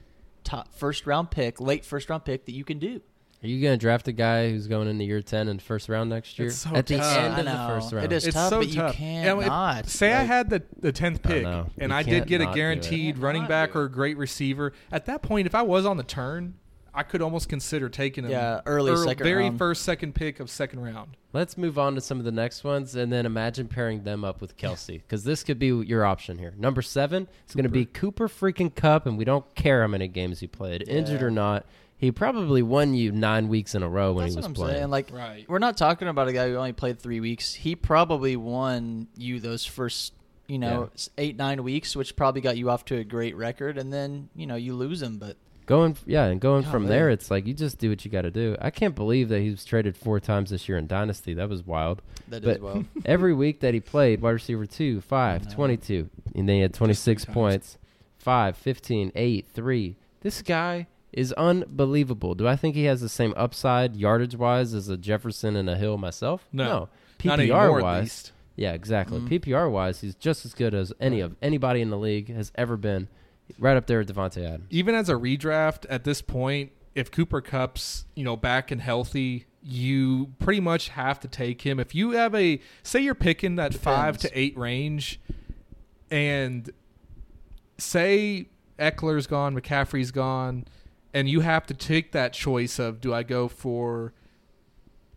Speaker 2: top first round pick, late first round pick that you can do.
Speaker 3: Are you going to draft a guy who's going into year 10 in the first round next year?
Speaker 1: It's so
Speaker 3: At the
Speaker 1: tough.
Speaker 3: end
Speaker 2: I
Speaker 3: of the
Speaker 2: know.
Speaker 3: first round.
Speaker 2: It is
Speaker 1: It's
Speaker 2: tough,
Speaker 1: so
Speaker 2: but you
Speaker 1: tough. And if-
Speaker 2: cannot.
Speaker 1: say I
Speaker 2: like-
Speaker 1: had the the tenth
Speaker 3: I
Speaker 1: pick,
Speaker 3: know.
Speaker 1: and
Speaker 3: You
Speaker 1: I did
Speaker 3: can't
Speaker 1: get a
Speaker 3: not do it.
Speaker 1: guaranteed
Speaker 2: Can't
Speaker 1: running
Speaker 2: not
Speaker 1: back
Speaker 2: do it.
Speaker 1: or a great receiver. At that point, if I was on the turn, I could almost consider taking him.
Speaker 2: Yeah, early second
Speaker 1: very
Speaker 2: round.
Speaker 1: first second pick of second round.
Speaker 3: Let's move on to some of the next ones and then imagine pairing them up with Kelsey because this could be your option here. Number seven is going to be Cooper freaking Cup, and we don't care how many games he played, injured
Speaker 2: Yeah.
Speaker 3: or not. He probably won you nine weeks in a row when
Speaker 2: That's
Speaker 3: he was
Speaker 2: what I'm
Speaker 3: playing.
Speaker 2: saying. Like,
Speaker 1: Right.
Speaker 2: we're not talking about a guy who only played three weeks. He probably won you those first, you know,
Speaker 3: Yeah.
Speaker 2: s eight nine weeks, which probably got you off to a great record, and then you know you lose him. But
Speaker 3: Going, yeah, and going from
Speaker 2: Golly.
Speaker 3: there, it's like you just do what you got to do. I can't believe that he was traded four times this year in Dynasty. That was wild.
Speaker 2: that is
Speaker 3: But-
Speaker 2: well.
Speaker 3: Every week that he played, wide receiver 2, 5,
Speaker 2: No.
Speaker 3: 22, and then he had 26
Speaker 1: times.
Speaker 3: points, 5, 15, 8, 3. This guy is unbelievable. Do I think he has the same upside yardage wise as a Jefferson and a Hill myself?
Speaker 1: No. Not anymore,
Speaker 3: PPR
Speaker 1: at
Speaker 3: wise.
Speaker 1: least. Mm-hmm.
Speaker 3: Yeah, exactly.
Speaker 2: Mhm.
Speaker 3: PPR wise, he's just as good as any of anybody in the league has ever been. Right up there with Devontae Adams.
Speaker 1: even as a redraft at this point, if Cooper Cup's you know back and healthy, you pretty much have to take him. If you have a say, you're picking that five to
Speaker 2: Depends.
Speaker 1: eight range, and say Eckler's gone, McCaffrey's gone, and you have to take that choice of do I go for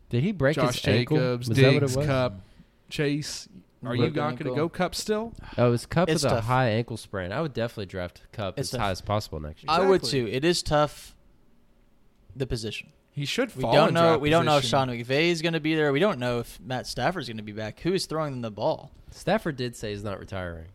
Speaker 3: Did he break
Speaker 1: Josh
Speaker 3: his ankle?
Speaker 1: Jacobs,
Speaker 3: was
Speaker 1: Diggs,
Speaker 3: that what it was?
Speaker 1: Cup, Chase? Are you
Speaker 2: Broken
Speaker 1: not going to
Speaker 2: ankle.
Speaker 1: go Cup still?
Speaker 3: Oh, it was Cup
Speaker 2: It's
Speaker 3: with a
Speaker 2: tough.
Speaker 3: high ankle sprain. I would definitely draft Cup
Speaker 2: It's
Speaker 3: as
Speaker 2: tough.
Speaker 3: high as possible next year.
Speaker 2: I would
Speaker 1: Exactly.
Speaker 2: too. It is tough. The position
Speaker 1: He should.
Speaker 2: we
Speaker 1: Fall
Speaker 2: don't
Speaker 1: in
Speaker 2: know.
Speaker 1: draft
Speaker 2: We don't know if
Speaker 1: position.
Speaker 2: Sean McVay is going to be there. We don't know if Matt Stafford's going to be back. Who is throwing them the ball?
Speaker 3: Stafford did say he's not retiring.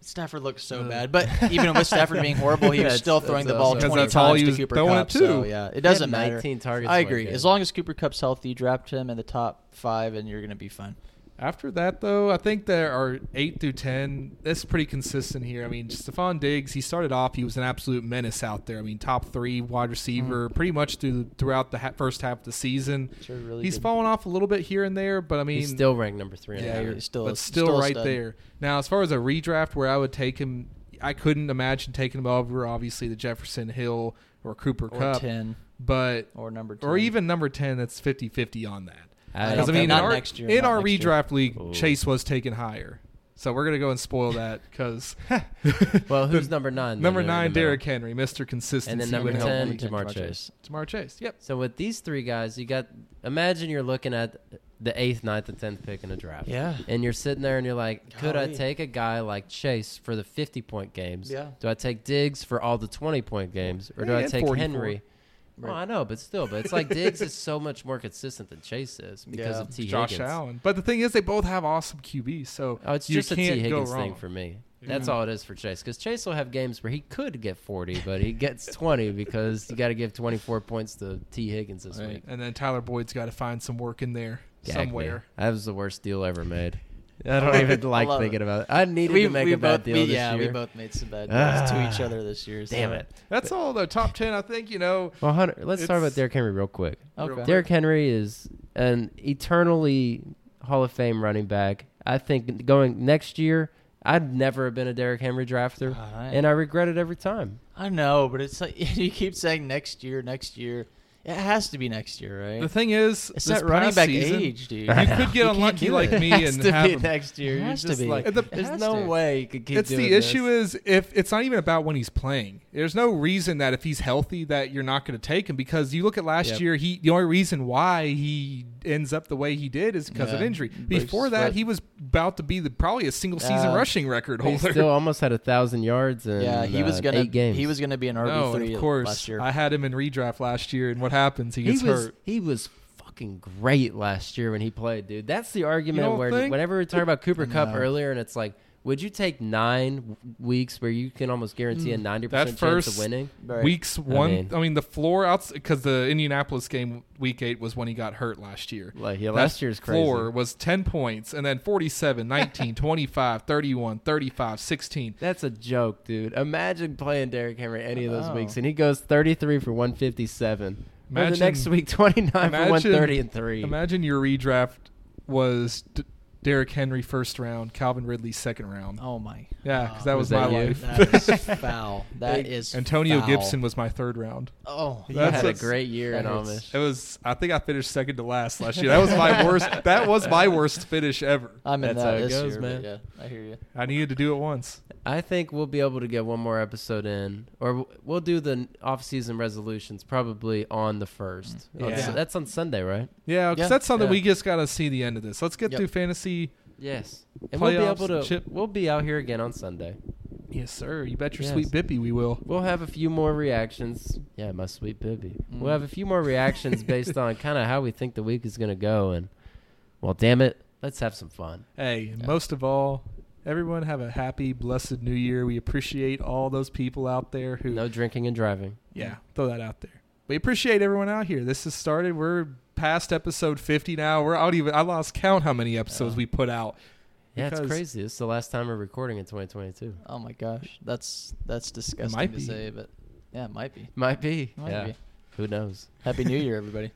Speaker 2: Stafford looked so
Speaker 1: Ugh.
Speaker 2: bad, but even with Stafford being horrible, he was
Speaker 3: That's-
Speaker 2: still throwing the
Speaker 3: that's
Speaker 2: ball
Speaker 3: awesome. 'Cause
Speaker 2: twenty
Speaker 1: that's all
Speaker 2: times
Speaker 1: he
Speaker 2: to
Speaker 1: was
Speaker 2: Cooper
Speaker 1: throwing
Speaker 2: Cup.
Speaker 1: it
Speaker 2: So
Speaker 1: to.
Speaker 2: yeah, it
Speaker 3: He had
Speaker 2: doesn't matter.
Speaker 3: 19 targets.
Speaker 2: I
Speaker 3: in one
Speaker 2: agree.
Speaker 3: game.
Speaker 2: As long as Cooper Cup's healthy, draft him in the top five, and you're going to be fine.
Speaker 1: After that, though, I think there are eight through ten. That's pretty consistent here. I mean, Stephon Diggs. He started off. He was an absolute menace out there. I mean, top three wide receiver,
Speaker 2: Mm.
Speaker 1: pretty much through throughout the ha- first half of the season.
Speaker 2: Sure, really
Speaker 1: he's
Speaker 2: good.
Speaker 1: fallen off a little bit here and there, but I mean,
Speaker 3: he's still ranked number three. in the
Speaker 2: Yeah,
Speaker 3: year.
Speaker 2: you're still-
Speaker 1: but still,
Speaker 2: still a
Speaker 1: right
Speaker 2: stud.
Speaker 1: there. Now, as far as a redraft where I would take him, I couldn't imagine taking him over. Obviously, the Jefferson Hill or Cooper
Speaker 2: or
Speaker 1: Cup,
Speaker 2: ten
Speaker 1: but
Speaker 2: or number ten
Speaker 1: or even number ten. That's 50-50 on that. Because
Speaker 2: I
Speaker 1: I
Speaker 2: don't
Speaker 1: mean,
Speaker 2: think-
Speaker 1: in
Speaker 2: not
Speaker 1: our,
Speaker 2: next year,
Speaker 1: in
Speaker 2: not
Speaker 1: our
Speaker 2: next year.
Speaker 1: redraft league,
Speaker 3: Ooh.
Speaker 1: Chase was taken higher, so we're gonna go and spoil that because
Speaker 3: well, who's number nine? then
Speaker 1: number
Speaker 3: there in the
Speaker 1: nine,
Speaker 3: middle?
Speaker 1: Derrick Henry, Mister Consistency,
Speaker 3: And then number
Speaker 1: would help
Speaker 3: ten,
Speaker 1: me.
Speaker 3: Jamar
Speaker 2: Jamar
Speaker 3: Chase.
Speaker 1: Jamar Chase. Yep,
Speaker 3: So with these three guys, you got. Imagine you're looking at the eighth, ninth, and tenth pick in a draft.
Speaker 2: Yeah.
Speaker 3: And you're sitting there and you're like, could I
Speaker 2: Golly.
Speaker 3: take a guy like Chase for the 50 point games?
Speaker 2: Yeah.
Speaker 3: Do I take Diggs for all the 20 point games? Or do
Speaker 1: Yeah,
Speaker 3: I
Speaker 1: and
Speaker 3: take
Speaker 1: 44.
Speaker 3: Henry?
Speaker 2: Right.
Speaker 3: Well, I know, but still, but it's like Diggs is so much more consistent than Chase is because
Speaker 2: Yeah.
Speaker 3: of T.
Speaker 1: Josh
Speaker 3: Higgins.
Speaker 1: Allen. But the thing is, they both have awesome QBs, so
Speaker 3: Oh, it's
Speaker 1: you
Speaker 3: just a T.
Speaker 1: can't go
Speaker 3: Higgins
Speaker 1: wrong.
Speaker 3: thing for me. That's
Speaker 1: Yeah.
Speaker 3: all it is for Chase. Because Chase will have games where he could get 40, but he gets 20 because you got to give 24 points to T. Higgins this
Speaker 1: Right.
Speaker 3: week.
Speaker 1: And then Tyler Boyd's got to find some work in there
Speaker 3: Gag me.
Speaker 1: somewhere.
Speaker 3: That was the worst deal ever made. I don't even
Speaker 2: I
Speaker 3: like
Speaker 2: love
Speaker 3: thinking
Speaker 2: it.
Speaker 3: about it. I needed
Speaker 2: we,
Speaker 3: to make
Speaker 2: we
Speaker 3: a bad
Speaker 2: both,
Speaker 3: deal
Speaker 2: we,
Speaker 3: this
Speaker 2: yeah,
Speaker 3: year.
Speaker 2: we both made some bad deals
Speaker 3: Ah.
Speaker 2: to each other this year. so-
Speaker 3: Damn it.
Speaker 1: That's all. The top ten, I think. You know,
Speaker 3: Well, Hunter, let's talk about
Speaker 1: It's-
Speaker 3: Derrick Henry real quick.
Speaker 1: real
Speaker 2: Okay.
Speaker 1: quick.
Speaker 3: Derrick Henry is an eternally Hall of Fame running back. I think going next year, I'd never have been a Derrick Henry drafter,
Speaker 2: God, I-
Speaker 3: and I regret it every time.
Speaker 2: I know, but it's like you keep saying next year, next year. It has to be next year, right?
Speaker 1: the thing is,
Speaker 2: it's
Speaker 1: this
Speaker 2: that running
Speaker 1: past
Speaker 2: back
Speaker 1: season,
Speaker 2: age, dude.
Speaker 1: You could get
Speaker 2: can't
Speaker 1: unlucky
Speaker 2: do
Speaker 1: like
Speaker 2: it.
Speaker 1: me
Speaker 2: It has
Speaker 1: and
Speaker 2: to
Speaker 1: have
Speaker 2: be
Speaker 1: him.
Speaker 2: next year.
Speaker 3: It
Speaker 2: You're
Speaker 3: has to
Speaker 2: just
Speaker 3: be.
Speaker 2: like,
Speaker 1: And the-
Speaker 2: there's
Speaker 1: Has
Speaker 2: no
Speaker 1: to.
Speaker 2: way you could keep
Speaker 1: it's
Speaker 2: doing
Speaker 1: the issue is if it's not even about when he's playing. There's no reason that if he's healthy that you're not going to take him because you look at last
Speaker 3: Yep.
Speaker 1: year. He the only reason why he ends up the way he did is because of
Speaker 2: Yeah.
Speaker 1: injury.
Speaker 2: Breaks
Speaker 1: Before
Speaker 2: his
Speaker 1: that,
Speaker 2: foot.
Speaker 1: he was about to be the probably a single season
Speaker 2: Yeah.
Speaker 1: rushing record
Speaker 3: He
Speaker 1: holder.
Speaker 3: still almost had a thousand yards in
Speaker 2: yeah, he was
Speaker 3: uh,
Speaker 2: gonna
Speaker 3: eight games.
Speaker 2: he was gonna be an RB
Speaker 1: no,
Speaker 2: three
Speaker 1: and of course.
Speaker 2: last year.
Speaker 1: I had him in redraft last year, and what happens? He
Speaker 3: he
Speaker 1: gets
Speaker 3: was
Speaker 1: hurt.
Speaker 3: he was fucking great last year when he played, dude. That's the argument
Speaker 1: don't
Speaker 3: where
Speaker 1: think?
Speaker 3: whenever we talk about Cooper Cup
Speaker 2: No.
Speaker 3: earlier, and it's like, would you take nine w- weeks where you can almost guarantee a
Speaker 2: Hmm.
Speaker 3: ninety percent
Speaker 1: that
Speaker 3: chance
Speaker 1: first
Speaker 3: of winning?
Speaker 2: Right.
Speaker 1: Weeks one, I mean,
Speaker 3: mean-
Speaker 1: the floor outs because the Indianapolis game week eight was when he got hurt last year.
Speaker 3: Like yeah,
Speaker 1: That
Speaker 3: last year's crazy.
Speaker 1: floor was 10 points and then 47, 19, 25, 31, 35, 16.
Speaker 3: That's a joke, dude. Imagine playing Derrick Henry any of those
Speaker 2: Oh.
Speaker 3: weeks, and he goes thirty-three for one fifty-seven. Or
Speaker 1: Imagine-
Speaker 3: the next week, twenty-nine for
Speaker 1: imagine-
Speaker 3: one thirty and three.
Speaker 1: Imagine your redraft was d- Derrick Henry first round, Calvin Ridley second round.
Speaker 2: Oh my.
Speaker 1: Yeah, because that
Speaker 3: Was
Speaker 1: was,
Speaker 3: that
Speaker 1: my
Speaker 3: you?
Speaker 1: life.
Speaker 2: That is foul. That is
Speaker 1: Antonio
Speaker 2: foul.
Speaker 1: Gibson was my third round.
Speaker 2: Oh,
Speaker 3: You
Speaker 1: That's
Speaker 3: had a
Speaker 1: what's-
Speaker 3: great year in
Speaker 2: that hurts.
Speaker 3: Amish.
Speaker 1: It was. I think I finished second to last last year. That was my worst. That was my worst finish ever.
Speaker 2: I'm in
Speaker 3: That's
Speaker 2: that
Speaker 3: how it
Speaker 2: this
Speaker 3: goes,
Speaker 2: year, but
Speaker 3: man.
Speaker 2: Yeah, I hear you.
Speaker 1: I needed to do it once.
Speaker 3: I think we'll be able to get one more episode in, or w- we'll do the off-season resolutions probably on the first.
Speaker 1: Mm.
Speaker 3: On
Speaker 1: Yeah.
Speaker 3: Su- that's on Sunday, right?
Speaker 1: Yeah, because
Speaker 2: Yeah,
Speaker 1: that's something
Speaker 3: yeah.
Speaker 1: we just got to see the end of this. Let's get
Speaker 2: Yep.
Speaker 1: through fantasy.
Speaker 3: Yes, and we'll be
Speaker 1: Playoffs,
Speaker 3: able to.
Speaker 1: chip.
Speaker 3: We'll be out here again on Sunday.
Speaker 1: Yes, sir. You bet your
Speaker 3: Yes.
Speaker 1: sweet bippy we will.
Speaker 3: We'll have a few more reactions. Yeah, my sweet baby.
Speaker 2: Mm.
Speaker 3: We'll have a few more reactions based on kind of how we think the week is going to go. And well, damn it, let's have some fun.
Speaker 1: Hey, and
Speaker 2: Yeah.
Speaker 1: most of all, everyone have a happy, blessed New Year. We appreciate all those people out there who.
Speaker 3: No drinking and driving.
Speaker 1: Yeah, throw that out there. We appreciate everyone out here. This has started. We're past episode fifty now. We're I don't even. I lost count how many episodes
Speaker 3: Yeah.
Speaker 1: we put out.
Speaker 3: Yeah, it's
Speaker 1: Because-
Speaker 3: crazy. It's the last time we're recording in 2022.
Speaker 2: Oh my gosh, that's that's disgusting
Speaker 1: might
Speaker 2: to
Speaker 1: be.
Speaker 2: say, but yeah, it might be.
Speaker 3: Might be.
Speaker 2: Might
Speaker 3: yeah.
Speaker 2: be.
Speaker 3: Who knows?
Speaker 2: Happy New Year, everybody.